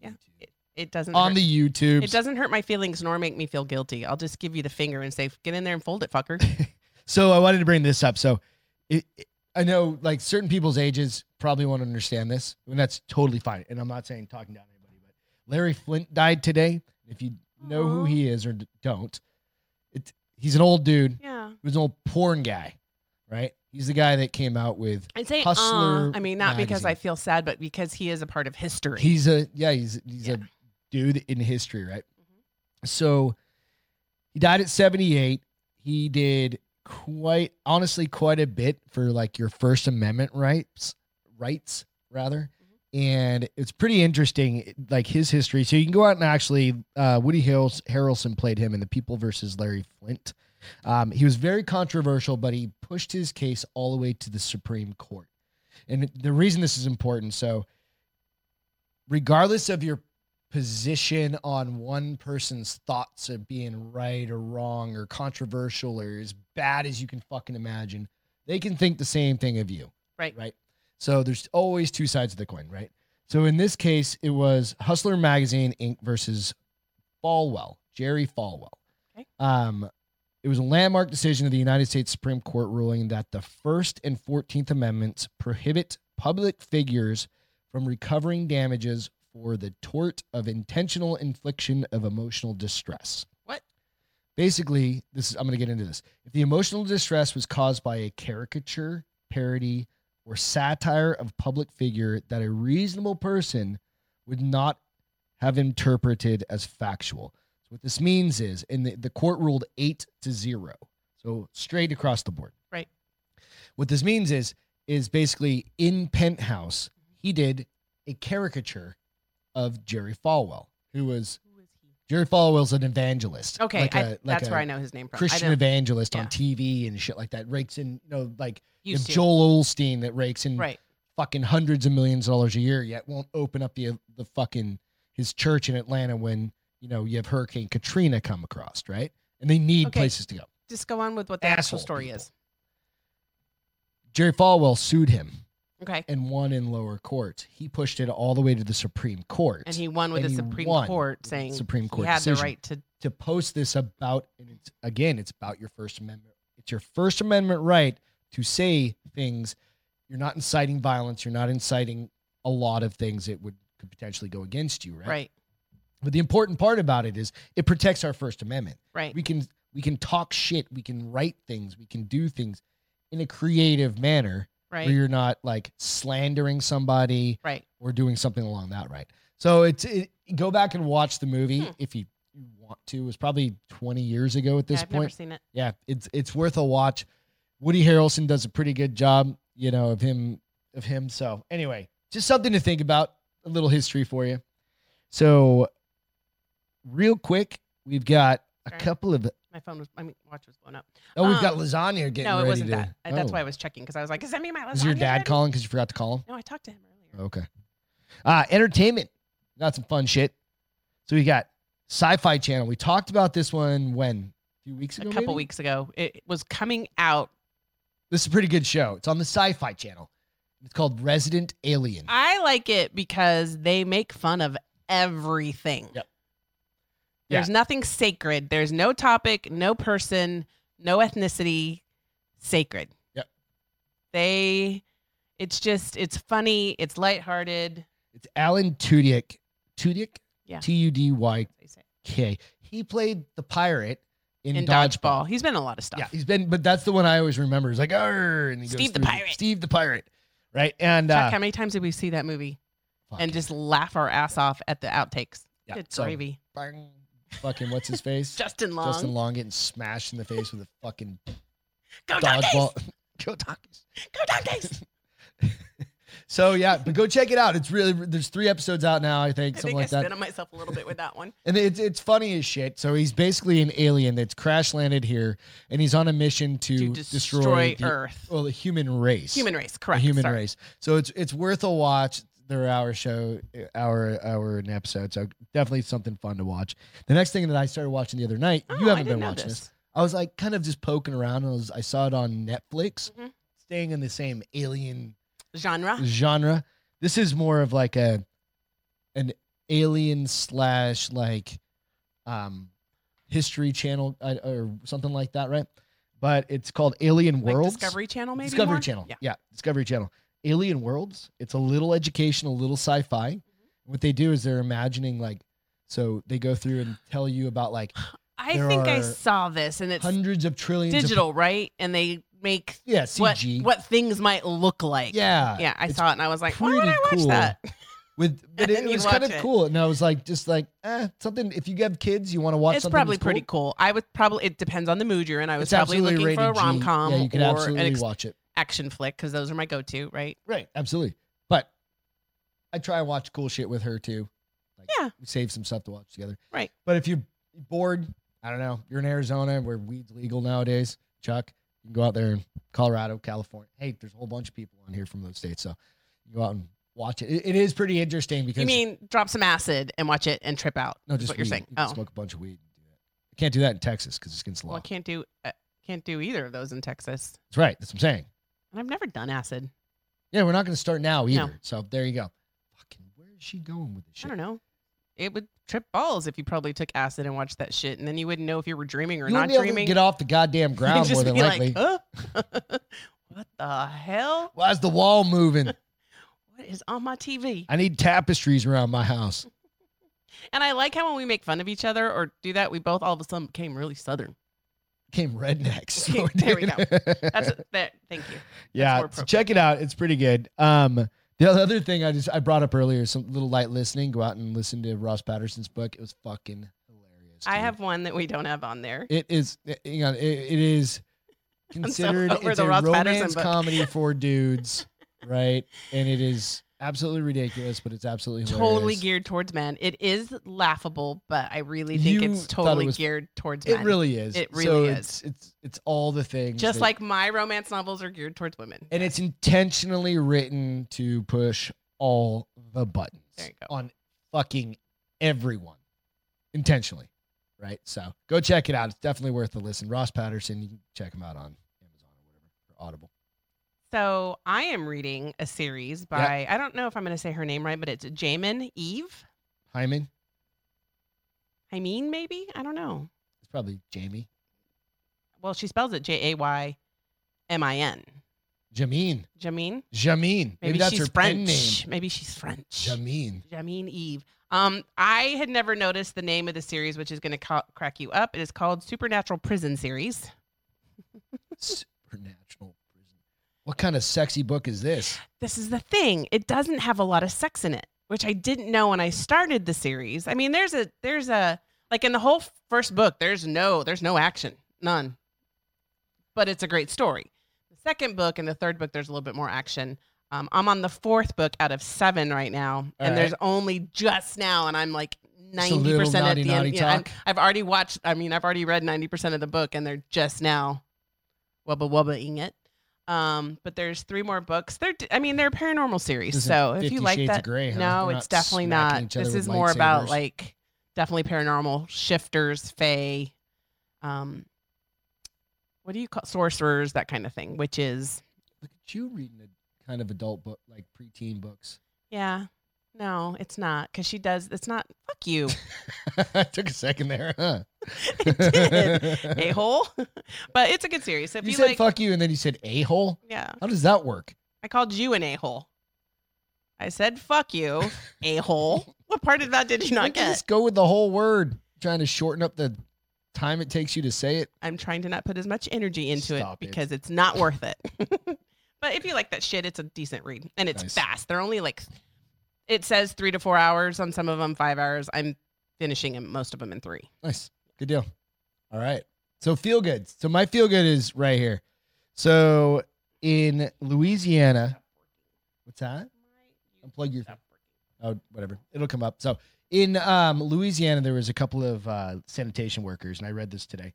Speaker 2: Yeah.
Speaker 1: YouTube.
Speaker 2: It doesn't.
Speaker 1: on
Speaker 2: hurt.
Speaker 1: the YouTube.
Speaker 2: It doesn't hurt my feelings nor make me feel guilty. I'll just give you the finger and say, "Get in there and fold it, fucker."
Speaker 1: So I wanted to bring this up. So it, it- I know like certain people's ages probably won't understand this, and that's totally fine. And I'm not saying talking down to anybody, but Larry Flint died today. If you know who
Speaker 2: Aw.
Speaker 1: he is or d- don't. It, he's an old dude.
Speaker 2: Yeah.
Speaker 1: He was an old porn guy, right? He's the guy that came out with.
Speaker 2: I'd say uh,
Speaker 1: Hustler
Speaker 2: I mean, not because I
Speaker 1: magazine.
Speaker 2: feel sad, but because he is a part of history.
Speaker 1: He's a yeah. He's he's
Speaker 2: Yeah.
Speaker 1: a dude in history, right?
Speaker 2: Mhm.
Speaker 1: So he died at seventy eight. He did quite honestly quite a bit for like your First Amendment rights rights rather.
Speaker 2: Mm-hmm.
Speaker 1: And it's pretty interesting, it- like his history. So you can go out and actually, uh, Woody Harrels- Harrelson played him in The People versus Larry Flint. Um, he was very controversial, but he pushed his case all the way to the Supreme Court. And the reason this is important so, regardless of your position on one person's thoughts of being right or wrong or controversial or as bad as you can fucking imagine, they can think the same thing of you.
Speaker 2: Right.
Speaker 1: Right. So there's always two sides of the coin, right? So in this case, it was Hustler Magazine Inc. versus Falwell, Jerry Falwell.
Speaker 2: Okay.
Speaker 1: Um, it was a landmark decision of the United States Supreme Court ruling that the First and Fourteenth Amendments prohibit public figures from recovering damages for the tort of intentional infliction of emotional distress.
Speaker 2: What?
Speaker 1: Basically, this is I'm going to get into this. If the emotional distress was caused by a caricature, parody, or satire of public figure that a reasonable person would not have interpreted as factual. So what this means is, and the, the court ruled eight to zero, so straight across the board.
Speaker 2: Right.
Speaker 1: What this means is, is basically in Penthouse, he did a caricature of Jerry Falwell, who was
Speaker 2: Who is he?
Speaker 1: Jerry Falwell's an evangelist.
Speaker 2: Okay,
Speaker 1: like
Speaker 2: I-
Speaker 1: a- like
Speaker 2: that's
Speaker 1: a
Speaker 2: where I know his name from. I
Speaker 1: Christian
Speaker 2: don't
Speaker 1: evangelist on
Speaker 2: yeah.
Speaker 1: TV and shit like that. Rakes in, you know, like
Speaker 2: used
Speaker 1: if
Speaker 2: to.
Speaker 1: Joel Olstein that rakes in
Speaker 2: right.
Speaker 1: fucking hundreds of millions of dollars a year yet won't open up the the fucking his church in Atlanta when you know you have Hurricane Katrina come across, right? And they need
Speaker 2: Okay.
Speaker 1: places to go.
Speaker 2: Just go on with what the
Speaker 1: Asshole
Speaker 2: actual story
Speaker 1: people.
Speaker 2: is.
Speaker 1: Jerry Falwell sued him
Speaker 2: Okay.
Speaker 1: and won in lower court. He pushed it all the way to the Supreme Court
Speaker 2: And he won with
Speaker 1: and
Speaker 2: the
Speaker 1: he
Speaker 2: Supreme
Speaker 1: won with
Speaker 2: Court
Speaker 1: the
Speaker 2: saying
Speaker 1: Supreme
Speaker 2: he
Speaker 1: Court
Speaker 2: had
Speaker 1: decision.
Speaker 2: the right to.
Speaker 1: to post this about and it's again, it's about your first amendment. It's your first amendment right to say things. You're not inciting violence, you're not inciting a lot of things that would could potentially go against you, right?
Speaker 2: Right.
Speaker 1: But the important part about it is it protects our First Amendment.
Speaker 2: Right.
Speaker 1: We can we can talk shit, we can write things, we can do things in a creative manner
Speaker 2: Right.
Speaker 1: where you're not like slandering somebody
Speaker 2: right.
Speaker 1: or doing something along that right. So it's it, go back and watch the movie
Speaker 2: Hmm.
Speaker 1: if you, you want to. It was probably 20 years ago at
Speaker 2: Yeah,
Speaker 1: this
Speaker 2: I've never
Speaker 1: point.
Speaker 2: seen it.
Speaker 1: yeah, it's it's worth a watch. Woody Harrelson does a pretty good job, you know, of him of him. So anyway, just something to think about. A little history for you. So, real quick, we've got a
Speaker 2: Okay.
Speaker 1: couple of.
Speaker 2: My phone was. I mean, watch was blown up.
Speaker 1: Oh, we've got
Speaker 2: Um,
Speaker 1: lasagna getting
Speaker 2: no,
Speaker 1: ready
Speaker 2: it wasn't
Speaker 1: to.
Speaker 2: that. I- That's
Speaker 1: oh.
Speaker 2: why I was checking because I was like, "Is that me? My lasagna?"
Speaker 1: Is your dad
Speaker 2: ready?"
Speaker 1: calling because you forgot to call him?
Speaker 2: No, I talked to him earlier.
Speaker 1: Okay. Uh, entertainment. Got some fun shit. So we got Sci-Fi Channel. We talked about this one when a few weeks
Speaker 2: a
Speaker 1: ago.
Speaker 2: couple
Speaker 1: maybe?
Speaker 2: weeks ago. It was coming out.
Speaker 1: This is a pretty good show. It's on the Sci-Fi Channel. It's called Resident Alien.
Speaker 2: I like it because they make fun of everything.
Speaker 1: Yep.
Speaker 2: There's nothing sacred. There's no topic, no person, no ethnicity sacred.
Speaker 1: Yep.
Speaker 2: They it's just it's funny, it's lighthearted.
Speaker 1: It's Alan Tudyk. Tudyk.
Speaker 2: Yeah.
Speaker 1: T U D Y
Speaker 2: They say
Speaker 1: K. He played the pirate in,
Speaker 2: in
Speaker 1: Dodgeball.
Speaker 2: dodgeball. He's been in a lot of stuff.
Speaker 1: Yeah, he's been, but that's the one I always remember. It's like, "Arr," and he goes
Speaker 2: Steve the
Speaker 1: through
Speaker 2: pirate.
Speaker 1: Steve the pirate, right? And
Speaker 2: Chuck,
Speaker 1: uh,
Speaker 2: how many times did we see that movie
Speaker 1: fuck.
Speaker 2: and just laugh our ass off at the outtakes?
Speaker 1: yeah,
Speaker 2: Good
Speaker 1: so,
Speaker 2: gravy.
Speaker 1: bang, fucking what's his face?
Speaker 2: Justin Long.
Speaker 1: Justin Long getting smashed in the face with a fucking
Speaker 2: Go Dodgeball.
Speaker 1: dodgeball. Go Donkeys.
Speaker 2: Go Donkeys.
Speaker 1: So yeah, but go check it out. It's really there's three episodes out now, I think,
Speaker 2: I
Speaker 1: something
Speaker 2: think I
Speaker 1: like
Speaker 2: spit
Speaker 1: that.
Speaker 2: on myself a little bit with that one.
Speaker 1: And it's it's funny as shit. So he's basically an alien that's crash landed here, and he's on a mission to,
Speaker 2: to destroy,
Speaker 1: the,
Speaker 2: Earth.
Speaker 1: well the human race,
Speaker 2: human race,
Speaker 1: the
Speaker 2: correct.
Speaker 1: human
Speaker 2: sorry.
Speaker 1: race. So it's it's worth a watch. Their hour show, hour hour and episode. So definitely something fun to watch. The next thing that I started watching the other night,
Speaker 2: Oh,
Speaker 1: you
Speaker 2: I
Speaker 1: haven't been
Speaker 2: didn't know
Speaker 1: watching this. I was like kind of just poking around. And I was I saw it on Netflix,
Speaker 2: Mhm.
Speaker 1: staying in the same alien
Speaker 2: Genre.
Speaker 1: genre. This is more of like a an alien slash like um history channel uh, or something like that, right? But it's called Alien
Speaker 2: Like
Speaker 1: Worlds.
Speaker 2: Discovery Channel, maybe.
Speaker 1: Discovery
Speaker 2: more?
Speaker 1: Channel.
Speaker 2: Yeah.
Speaker 1: Discovery Channel.
Speaker 2: Mm-hmm.
Speaker 1: Alien Worlds. It's a little educational, a little sci-fi. What they do is they're imagining like So they go through and tell you about like
Speaker 2: I
Speaker 1: There
Speaker 2: think I
Speaker 1: are
Speaker 2: saw this, and it's
Speaker 1: hundreds of trillions of-
Speaker 2: digital, right? And they make
Speaker 1: yeah,
Speaker 2: what
Speaker 1: CG.
Speaker 2: what things might look like.
Speaker 1: Yeah.
Speaker 2: yeah. I
Speaker 1: It's
Speaker 2: saw it, and I was like, why would
Speaker 1: pretty
Speaker 2: I watch
Speaker 1: cool.
Speaker 2: that?
Speaker 1: With but it,
Speaker 2: And you
Speaker 1: was
Speaker 2: watch
Speaker 1: kind of
Speaker 2: it.
Speaker 1: cool, and I was like, just like eh, something. If you have kids, you want to watch.
Speaker 2: it's
Speaker 1: something
Speaker 2: probably
Speaker 1: that's
Speaker 2: pretty
Speaker 1: Cool,
Speaker 2: cool. I would probably it depends on the mood you're in. I was
Speaker 1: it's
Speaker 2: probably
Speaker 1: absolutely
Speaker 2: looking
Speaker 1: rated
Speaker 2: for a
Speaker 1: G.
Speaker 2: rom com
Speaker 1: Yeah, you could
Speaker 2: or an
Speaker 1: absolutely
Speaker 2: ex-
Speaker 1: watch it.
Speaker 2: action flick because those are my go to, right?
Speaker 1: Right, absolutely. But I try and watch cool shit with her too. Like,
Speaker 2: Yeah.
Speaker 1: we save some stuff to watch together.
Speaker 2: Right.
Speaker 1: But if you're bored, I don't know. You're in Arizona where weed's legal nowadays. Chuck, you can go out there in Colorado, California. Hey, there's a whole bunch of people on here from those states, so you go out and watch it. It, it is pretty interesting because
Speaker 2: You mean drop some acid and watch it and trip out?
Speaker 1: no,
Speaker 2: is
Speaker 1: just
Speaker 2: what you're
Speaker 1: weed.
Speaker 2: saying.
Speaker 1: You can
Speaker 2: Oh,
Speaker 1: smoke a bunch of weed. And do that. You can't do that in Texas because it's against the law.
Speaker 2: well, I can't do uh, can't do either of those in Texas,
Speaker 1: That's right. That's what I'm saying.
Speaker 2: and I've never done acid.
Speaker 1: Yeah, we're not going to start now
Speaker 2: No.
Speaker 1: either. So there you go. Fucking, where is she going with this shit?
Speaker 2: I don't know. It would trip balls if you probably took acid and watched that shit, and then you wouldn't know if you were dreaming or
Speaker 1: you
Speaker 2: not
Speaker 1: wouldn't be able to
Speaker 2: dreaming.
Speaker 1: get off the goddamn
Speaker 2: You'd
Speaker 1: ground more
Speaker 2: just
Speaker 1: than
Speaker 2: be
Speaker 1: likely.
Speaker 2: like, huh? what the hell?
Speaker 1: Why is the wall moving?
Speaker 2: What is on my TV?
Speaker 1: I need tapestries around my house.
Speaker 2: And I like how when we make fun of each other or do that, we both all of a sudden became really southern.
Speaker 1: Came rednecks.
Speaker 2: Okay, there we go. That's
Speaker 1: That's
Speaker 2: that. Thank you.
Speaker 1: yeah,
Speaker 2: more
Speaker 1: so check it out. It's pretty good. Um, the other thing I just I brought up earlier, is some little light listening. Go out and listen to Ross Patterson's book. It was fucking hilarious.
Speaker 2: I
Speaker 1: dude.
Speaker 2: have one that we don't have on there.
Speaker 1: It is. eh, Hang on. It, it is considered
Speaker 2: over
Speaker 1: it's
Speaker 2: the
Speaker 1: a
Speaker 2: Ross Patterson
Speaker 1: romance
Speaker 2: book.
Speaker 1: comedy for dudes, right? And it is absolutely ridiculous, but it's absolutely hilarious.
Speaker 2: Totally geared towards men. It is laughable, but I really think
Speaker 1: You
Speaker 2: it's
Speaker 1: thought it
Speaker 2: totally
Speaker 1: was-
Speaker 2: geared towards
Speaker 1: It
Speaker 2: men.
Speaker 1: really is.
Speaker 2: It
Speaker 1: so
Speaker 2: really
Speaker 1: It's, it's it's all the things.
Speaker 2: Just
Speaker 1: that-
Speaker 2: like my romance novels are geared towards women.
Speaker 1: and it's intentionally written to push all the buttons
Speaker 2: There you go.
Speaker 1: on fucking everyone intentionally, right? So go check it out. It's definitely worth a listen. Ross Patterson, you can check him out on Amazon or whatever or Audible.
Speaker 2: So I am reading a series by I don't know if I'm going to say her name right, but it's Jamin Eve.
Speaker 1: Hyman,
Speaker 2: I mean, maybe I don't know.
Speaker 1: it's probably Jamie.
Speaker 2: Well, she spells it J A Y M I N.
Speaker 1: Jameen.
Speaker 2: Jameen.
Speaker 1: Jameen. Maybe,
Speaker 2: Maybe,
Speaker 1: that's her
Speaker 2: she's
Speaker 1: pen name.
Speaker 2: French. Maybe she's French.
Speaker 1: Jameen.
Speaker 2: Jameen Eve. Um, I had never noticed the name of the series, which is going to ca- crack you up. It is called Supernatural Prison Series.
Speaker 1: Supernatural prison. What kind of sexy book is this?
Speaker 2: This is the thing; it doesn't have a lot of sex in it, which I didn't know when I started the series. I mean, there's a there's a like in the whole first book, there's no there's no action, none. But it's a great story. The second book and the third book, there's a little bit more action. Um, I'm on the fourth book out of seven right now, and
Speaker 1: right.
Speaker 2: there's only just now, and I'm like
Speaker 1: Just a
Speaker 2: ninety
Speaker 1: little
Speaker 2: percent at
Speaker 1: naughty,
Speaker 2: the end.
Speaker 1: naughty
Speaker 2: Yeah, I'm-
Speaker 1: talk.
Speaker 2: I've already watched. I mean, I've already read ninety percent of the book, and they're just now wubba wubbaing it. Um, but there's three more books. They're, d- I mean, they're a paranormal series.
Speaker 1: Isn't
Speaker 2: So if
Speaker 1: Fifty
Speaker 2: you like
Speaker 1: Shades of
Speaker 2: that,
Speaker 1: Grey, huh?
Speaker 2: no,
Speaker 1: They're
Speaker 2: it's definitely
Speaker 1: smacking
Speaker 2: not.
Speaker 1: each other
Speaker 2: This
Speaker 1: with
Speaker 2: is more about
Speaker 1: lightsabers.
Speaker 2: like definitely paranormal shifters, fae, um, what do you call sorcerers, that kind of thing. Which is,
Speaker 1: Look at you reading a kind of adult book, like preteen books.
Speaker 2: yeah, no, it's not because she does. It's not. Fuck you.
Speaker 1: Took a second there, huh?
Speaker 2: It did. a hole, but it's a good series. So if
Speaker 1: You
Speaker 2: you,
Speaker 1: said
Speaker 2: like,
Speaker 1: fuck you, and then you said a hole.
Speaker 2: yeah.
Speaker 1: How does that work?
Speaker 2: I called you an a hole. I said, fuck you, a hole. What part of that did you
Speaker 1: I
Speaker 2: not
Speaker 1: can
Speaker 2: get?
Speaker 1: just go with the whole word. Trying to shorten up the time it takes you to say it.
Speaker 2: I'm trying to not put as much energy into
Speaker 1: Stop
Speaker 2: it
Speaker 1: it.
Speaker 2: because it's not worth it. but if you like that shit, it's a decent read and it's
Speaker 1: Nice.
Speaker 2: fast. They're only like, it says three to four hours on some of them, five hours. I'm finishing 'em- most of them in three.
Speaker 1: Nice, good deal. All right. So feel good. So my feel good is right here. So in Louisiana, what's that? Unplug your thing. oh whatever it'll come up so in um, louisiana there was a couple of uh, sanitation workers and i read this today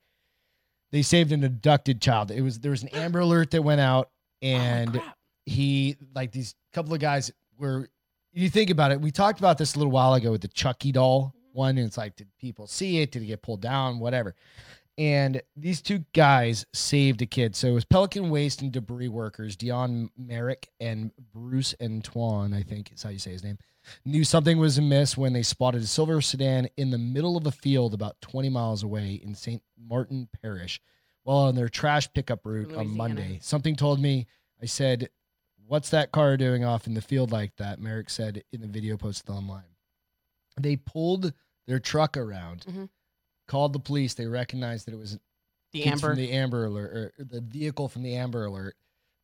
Speaker 1: they saved an abducted child it was there was an amber alert that went out
Speaker 2: Oh my
Speaker 1: and
Speaker 2: crap.
Speaker 1: he like these couple of guys were you think about it we talked about this a little while ago with the chucky doll one and it's like did people see it did it get pulled down whatever and these two guys saved a kid so it was pelican waste and debris workers dion merrick and bruce antoine i think is how you say his name knew something was amiss when they spotted a silver sedan in the middle of a field about 20 miles away in st martin parish while on their trash pickup route on
Speaker 2: Louisiana.
Speaker 1: monday something told me i said What's that car doing off in the field like that? Merrick said in the video posted online. They pulled the their truck around,
Speaker 2: Mhm.
Speaker 1: called the police. They recognized that it was
Speaker 2: The
Speaker 1: kids
Speaker 2: Amber.
Speaker 1: from the Amber Alert, or the vehicle from the Amber Alert,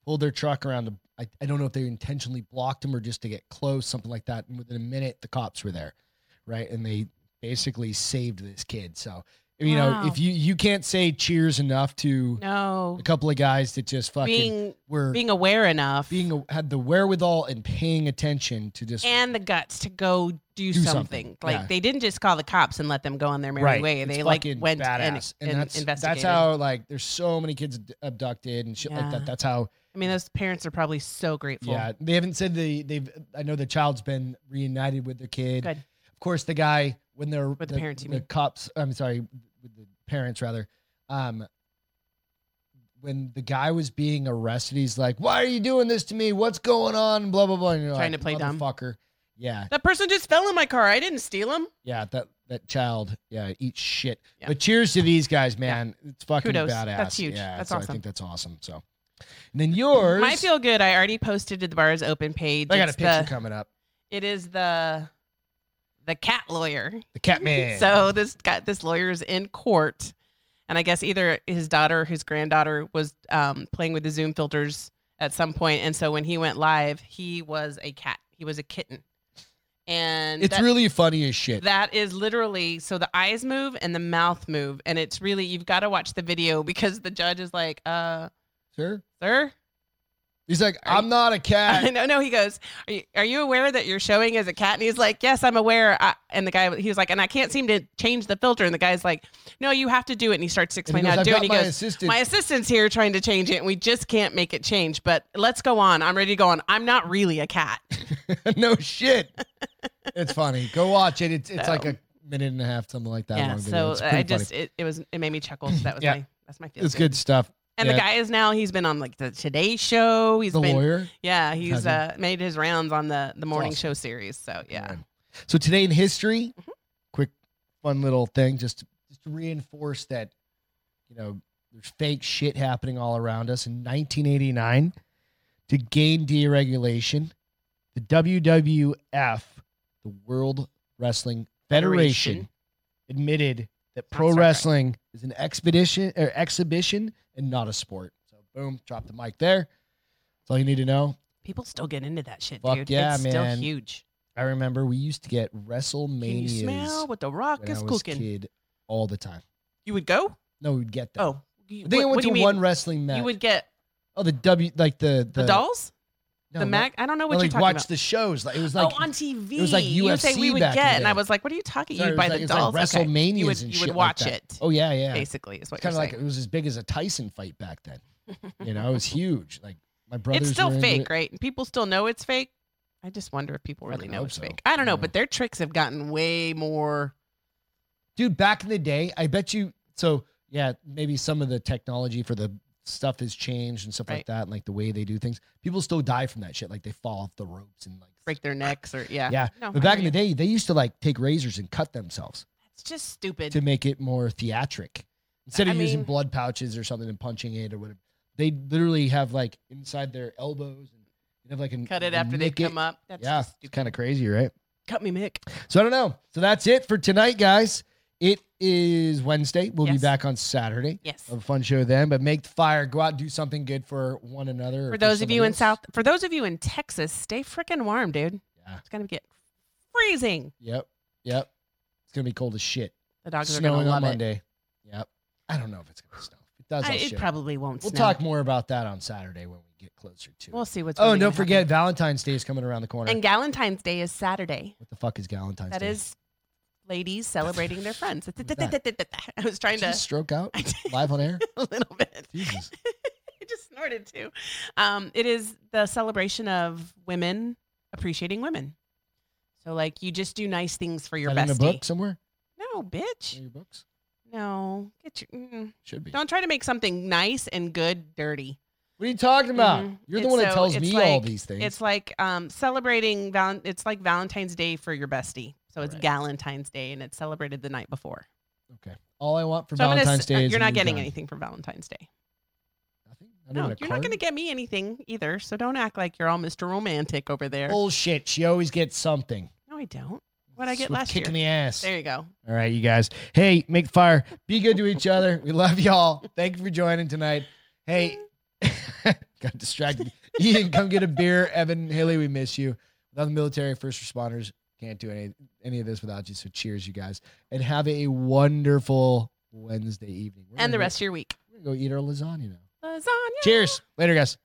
Speaker 1: pulled their truck around. To, I, I don't know if they intentionally blocked them or just to get close, something like that. And within a minute, the cops were there, right? And they basically saved this kid. So you know,
Speaker 2: Wow.
Speaker 1: if you you can't say cheers enough to
Speaker 2: no.
Speaker 1: a couple of guys that just fucking
Speaker 2: Being
Speaker 1: were being,
Speaker 2: being aware enough
Speaker 1: a, had the wherewithal and paying attention to just
Speaker 2: and the guts to go do,
Speaker 1: something,
Speaker 2: something. Like
Speaker 1: yeah.
Speaker 2: they didn't just call the cops and let them go on their merry way.
Speaker 1: It's
Speaker 2: They like
Speaker 1: fucking
Speaker 2: went
Speaker 1: badass.
Speaker 2: and, and,
Speaker 1: that's
Speaker 2: investigated.
Speaker 1: that's how like there's so many kids ad- abducted and shit like
Speaker 2: Yeah.
Speaker 1: that. That's how
Speaker 2: I mean, those parents are probably so grateful.
Speaker 1: Yeah, they haven't said they they've. I know the child's been reunited with their kid.
Speaker 2: Good.
Speaker 1: Of course, the guy when they're
Speaker 2: With the parents, you
Speaker 1: the
Speaker 2: mean.
Speaker 1: cops. I'm sorry, with the parents rather. Um, when the guy was being arrested, he's like, "Why are you doing this to me? What's going on?" Blah blah blah. And you're
Speaker 2: Trying
Speaker 1: like,
Speaker 2: to play dumb.
Speaker 1: motherfucker. Yeah,
Speaker 2: That person just fell in my car. I didn't steal him.
Speaker 1: yeah. That that child. Yeah, eat shit.
Speaker 2: Yeah.
Speaker 1: But cheers to these guys, man. It's fucking
Speaker 2: Kudos.
Speaker 1: badass.
Speaker 2: That's huge.
Speaker 1: Yeah,
Speaker 2: That's
Speaker 1: so I
Speaker 2: awesome.
Speaker 1: think that's awesome. So, and then yours.
Speaker 2: My feel good. I already posted to the bar's open page.
Speaker 1: I got a
Speaker 2: It's
Speaker 1: picture
Speaker 2: the-
Speaker 1: coming up.
Speaker 2: It is the the cat lawyer.
Speaker 1: The cat man.
Speaker 2: So this got this lawyer's in court, and I guess either his daughter or his granddaughter was um, playing with the Zoom filters at some point, and so when he went live, he was a cat. He was a kitten, and
Speaker 1: It's
Speaker 2: that-
Speaker 1: really funny as shit.
Speaker 2: That is literally so the eyes move and the mouth move, and it's really you've got to watch the video because the judge is like, "Uh,
Speaker 1: sir.
Speaker 2: sir."
Speaker 1: He's like,
Speaker 2: Are you-
Speaker 1: I'm not a cat.
Speaker 2: no, no. He goes, are you, "Are you aware that you're showing as a cat?" And he's like, "Yes, I'm aware." I, and the guy, he was like, "And I can't seem to change the filter." And the guy's like, "No, you have to do it." And he starts to
Speaker 1: And he
Speaker 2: explain
Speaker 1: goes,
Speaker 2: how to
Speaker 1: I've
Speaker 2: do it.
Speaker 1: got
Speaker 2: And he
Speaker 1: my
Speaker 2: goes,
Speaker 1: assistant.
Speaker 2: "My assistant's here trying to change it, and we just can't make it change." But let's go on. I'm ready to go on. I'm not really a cat.
Speaker 1: no shit. it's funny. Go watch it. It's it's
Speaker 2: So-
Speaker 1: like a minute and a half, something like that.
Speaker 2: yeah.
Speaker 1: long video.
Speaker 2: So
Speaker 1: it's pretty
Speaker 2: I just it, it was it made me chuckle. So that was
Speaker 1: Yeah.
Speaker 2: my that's my
Speaker 1: funny.
Speaker 2: feeling.
Speaker 1: it's good stuff.
Speaker 2: And
Speaker 1: Yeah.
Speaker 2: the guy is now he's been on like the Today Show. He's
Speaker 1: the
Speaker 2: been
Speaker 1: lawyer.
Speaker 2: yeah
Speaker 1: Has
Speaker 2: he's
Speaker 1: he?
Speaker 2: uh, made his rounds on the the morning
Speaker 1: awesome.
Speaker 2: show series. So yeah. Mm-hmm.
Speaker 1: Man. So today in history, quick, fun little thing, just to, just to reinforce that, you know, there's fake shit happening all around us. In 1989, to gain deregulation, the WWF, the World Wrestling Federation,
Speaker 2: Federation.
Speaker 1: admitted that pro
Speaker 2: Sounds right.
Speaker 1: wrestling is an expedition or exhibition and not a sport. So boom, drop the mic there. That's all you need to know.
Speaker 2: People still get into that shit,
Speaker 1: Fuck
Speaker 2: dude.
Speaker 1: yeah,
Speaker 2: it's still
Speaker 1: man.
Speaker 2: huge.
Speaker 1: I remember we used to get
Speaker 2: Can you
Speaker 1: WrestleManias
Speaker 2: smell what the rock
Speaker 1: when I
Speaker 2: is
Speaker 1: was a
Speaker 2: cooking?
Speaker 1: kid all the time.
Speaker 2: You would go?
Speaker 1: No, we'd get them.
Speaker 2: Oh. You,
Speaker 1: I think I
Speaker 2: what-
Speaker 1: went
Speaker 2: what do
Speaker 1: to
Speaker 2: you mean?
Speaker 1: one wrestling match.
Speaker 2: You would get
Speaker 1: oh, the W, like the
Speaker 2: the,
Speaker 1: the,
Speaker 2: dolls?
Speaker 1: no,
Speaker 2: the
Speaker 1: not-
Speaker 2: Mac? I don't know what
Speaker 1: no,
Speaker 2: you're
Speaker 1: like
Speaker 2: talking
Speaker 1: watch
Speaker 2: about.
Speaker 1: the shows. Like it was like
Speaker 2: oh, on TV.
Speaker 1: it was like
Speaker 2: you would say
Speaker 1: UFC
Speaker 2: we would
Speaker 1: back
Speaker 2: get,
Speaker 1: in the
Speaker 2: and
Speaker 1: day.
Speaker 2: I was like, what are you talking?
Speaker 1: sorry,
Speaker 2: You'd
Speaker 1: it
Speaker 2: buy
Speaker 1: was like,
Speaker 2: the
Speaker 1: it was
Speaker 2: dolls.
Speaker 1: Like
Speaker 2: Okay.
Speaker 1: WrestleManias
Speaker 2: You would,
Speaker 1: and
Speaker 2: you
Speaker 1: shit
Speaker 2: would
Speaker 1: like
Speaker 2: watch
Speaker 1: that.
Speaker 2: it,
Speaker 1: Oh yeah, yeah.
Speaker 2: basically, is what
Speaker 1: It's
Speaker 2: you're
Speaker 1: kind of like
Speaker 2: saying. Mm-hmm.
Speaker 1: it was as big as a Tyson fight back then. You know, it was huge. Like my brothers.
Speaker 2: it's still
Speaker 1: were into
Speaker 2: fake,
Speaker 1: it.
Speaker 2: right? And people still know it's fake. I just wonder if people really
Speaker 1: Fucking
Speaker 2: know
Speaker 1: hope
Speaker 2: it's
Speaker 1: so.
Speaker 2: fake. I don't know,
Speaker 1: Yeah.
Speaker 2: but their tricks have gotten way more.
Speaker 1: dude. Back in the day, I bet you. So yeah, maybe some of the technology for the stuff has changed and stuff like
Speaker 2: Right.
Speaker 1: that, and like the way they do things. People still die from that shit. Like they fall off the ropes and like
Speaker 2: break their necks or yeah.
Speaker 1: Yeah,
Speaker 2: No,
Speaker 1: But
Speaker 2: I
Speaker 1: back in
Speaker 2: hear
Speaker 1: the day, they used to like take razors and cut themselves
Speaker 2: you. it's just stupid.
Speaker 1: to make it more theatric. Instead of
Speaker 2: I
Speaker 1: using
Speaker 2: mean-
Speaker 1: blood pouches or something and punching it or whatever, they literally have like inside their elbows and they have like a
Speaker 2: Cut it after they come up. That's
Speaker 1: yeah,
Speaker 2: just
Speaker 1: it's
Speaker 2: stupid.
Speaker 1: kind of crazy, right?
Speaker 2: Cut me, Mick.
Speaker 1: So I don't know. So that's it for tonight, guys. It is Wednesday. We'll be
Speaker 2: Yes.
Speaker 1: back on Saturday.
Speaker 2: Yes.
Speaker 1: Have a fun show then, but make the fire. Go out and do something good for one another. or
Speaker 2: For those of
Speaker 1: somebody
Speaker 2: you in
Speaker 1: else.
Speaker 2: South, for those of you in Texas, stay freaking warm, dude.
Speaker 1: Yeah.
Speaker 2: It's gonna get freezing.
Speaker 1: Yep. Yep. It's gonna be cold as shit.
Speaker 2: The dogs are
Speaker 1: snowing on
Speaker 2: gonna love it.
Speaker 1: Monday. Yep. I don't know if it's gonna snow. It does.
Speaker 2: I-
Speaker 1: all
Speaker 2: it
Speaker 1: shit.
Speaker 2: probably won't.
Speaker 1: We'll
Speaker 2: snow.
Speaker 1: talk more about that on Saturday when we get closer to.
Speaker 2: We'll
Speaker 1: it.
Speaker 2: see what's.
Speaker 1: Oh,
Speaker 2: really
Speaker 1: and don't
Speaker 2: gonna
Speaker 1: forget
Speaker 2: happen.
Speaker 1: Valentine's Day is coming around the corner.
Speaker 2: And Valentine's Day is Saturday.
Speaker 1: what the fuck is Valentine's
Speaker 2: That
Speaker 1: Day?
Speaker 2: is ladies celebrating their friends.
Speaker 1: was that?
Speaker 2: I was trying
Speaker 1: Did you
Speaker 2: to
Speaker 1: stroke out
Speaker 2: I did
Speaker 1: live on air.
Speaker 2: a little bit.
Speaker 1: Jesus.
Speaker 2: I just snorted too. Um, it is the celebration of women appreciating women. So like you just do nice things for your
Speaker 1: That in a
Speaker 2: bestie.
Speaker 1: book somewhere?
Speaker 2: No,
Speaker 1: In
Speaker 2: bitch.
Speaker 1: your books
Speaker 2: No, get your. Mm.
Speaker 1: should be.
Speaker 2: Don't try to make something nice and good dirty.
Speaker 1: what are you talking about?
Speaker 2: Mhm.
Speaker 1: You're the
Speaker 2: It's
Speaker 1: one that
Speaker 2: so-
Speaker 1: tells
Speaker 2: it's
Speaker 1: me all
Speaker 2: like-
Speaker 1: these things.
Speaker 2: It's like um, celebrating val- It's like Valentine's Day for your bestie. So it's
Speaker 1: Right.
Speaker 2: Valentine's Day, and it's celebrated the night before.
Speaker 1: okay. All I want for
Speaker 2: so I'm gonna,
Speaker 1: Valentine's
Speaker 2: s- uh,
Speaker 1: Day is
Speaker 2: you're
Speaker 1: a
Speaker 2: not
Speaker 1: new
Speaker 2: getting
Speaker 1: gun.
Speaker 2: anything for Valentine's Day.
Speaker 1: Nothing. Not
Speaker 2: No,
Speaker 1: even
Speaker 2: you're
Speaker 1: a
Speaker 2: not
Speaker 1: card?
Speaker 2: gonna get me anything either. So don't act like you're all Mr. Romantic over there.
Speaker 1: Bullshit. She always gets something.
Speaker 2: No, I don't. what I get last
Speaker 1: kick
Speaker 2: year.
Speaker 1: in the ass.
Speaker 2: There you go.
Speaker 1: All right, you guys. Hey, make fire. Be good to each other. We love y'all. Thank you for joining tonight. Hey, got distracted. Ian, come get a beer. Evan, Haley, we miss you. Without the military, first responders can't do any any of this without you. So cheers, you guys, and have a wonderful Wednesday evening. We're
Speaker 2: And the
Speaker 1: gonna
Speaker 2: rest of your week.
Speaker 1: Go, we're gonna go eat our lasagna now.
Speaker 2: Lasagna.
Speaker 1: Cheers. Later, guys.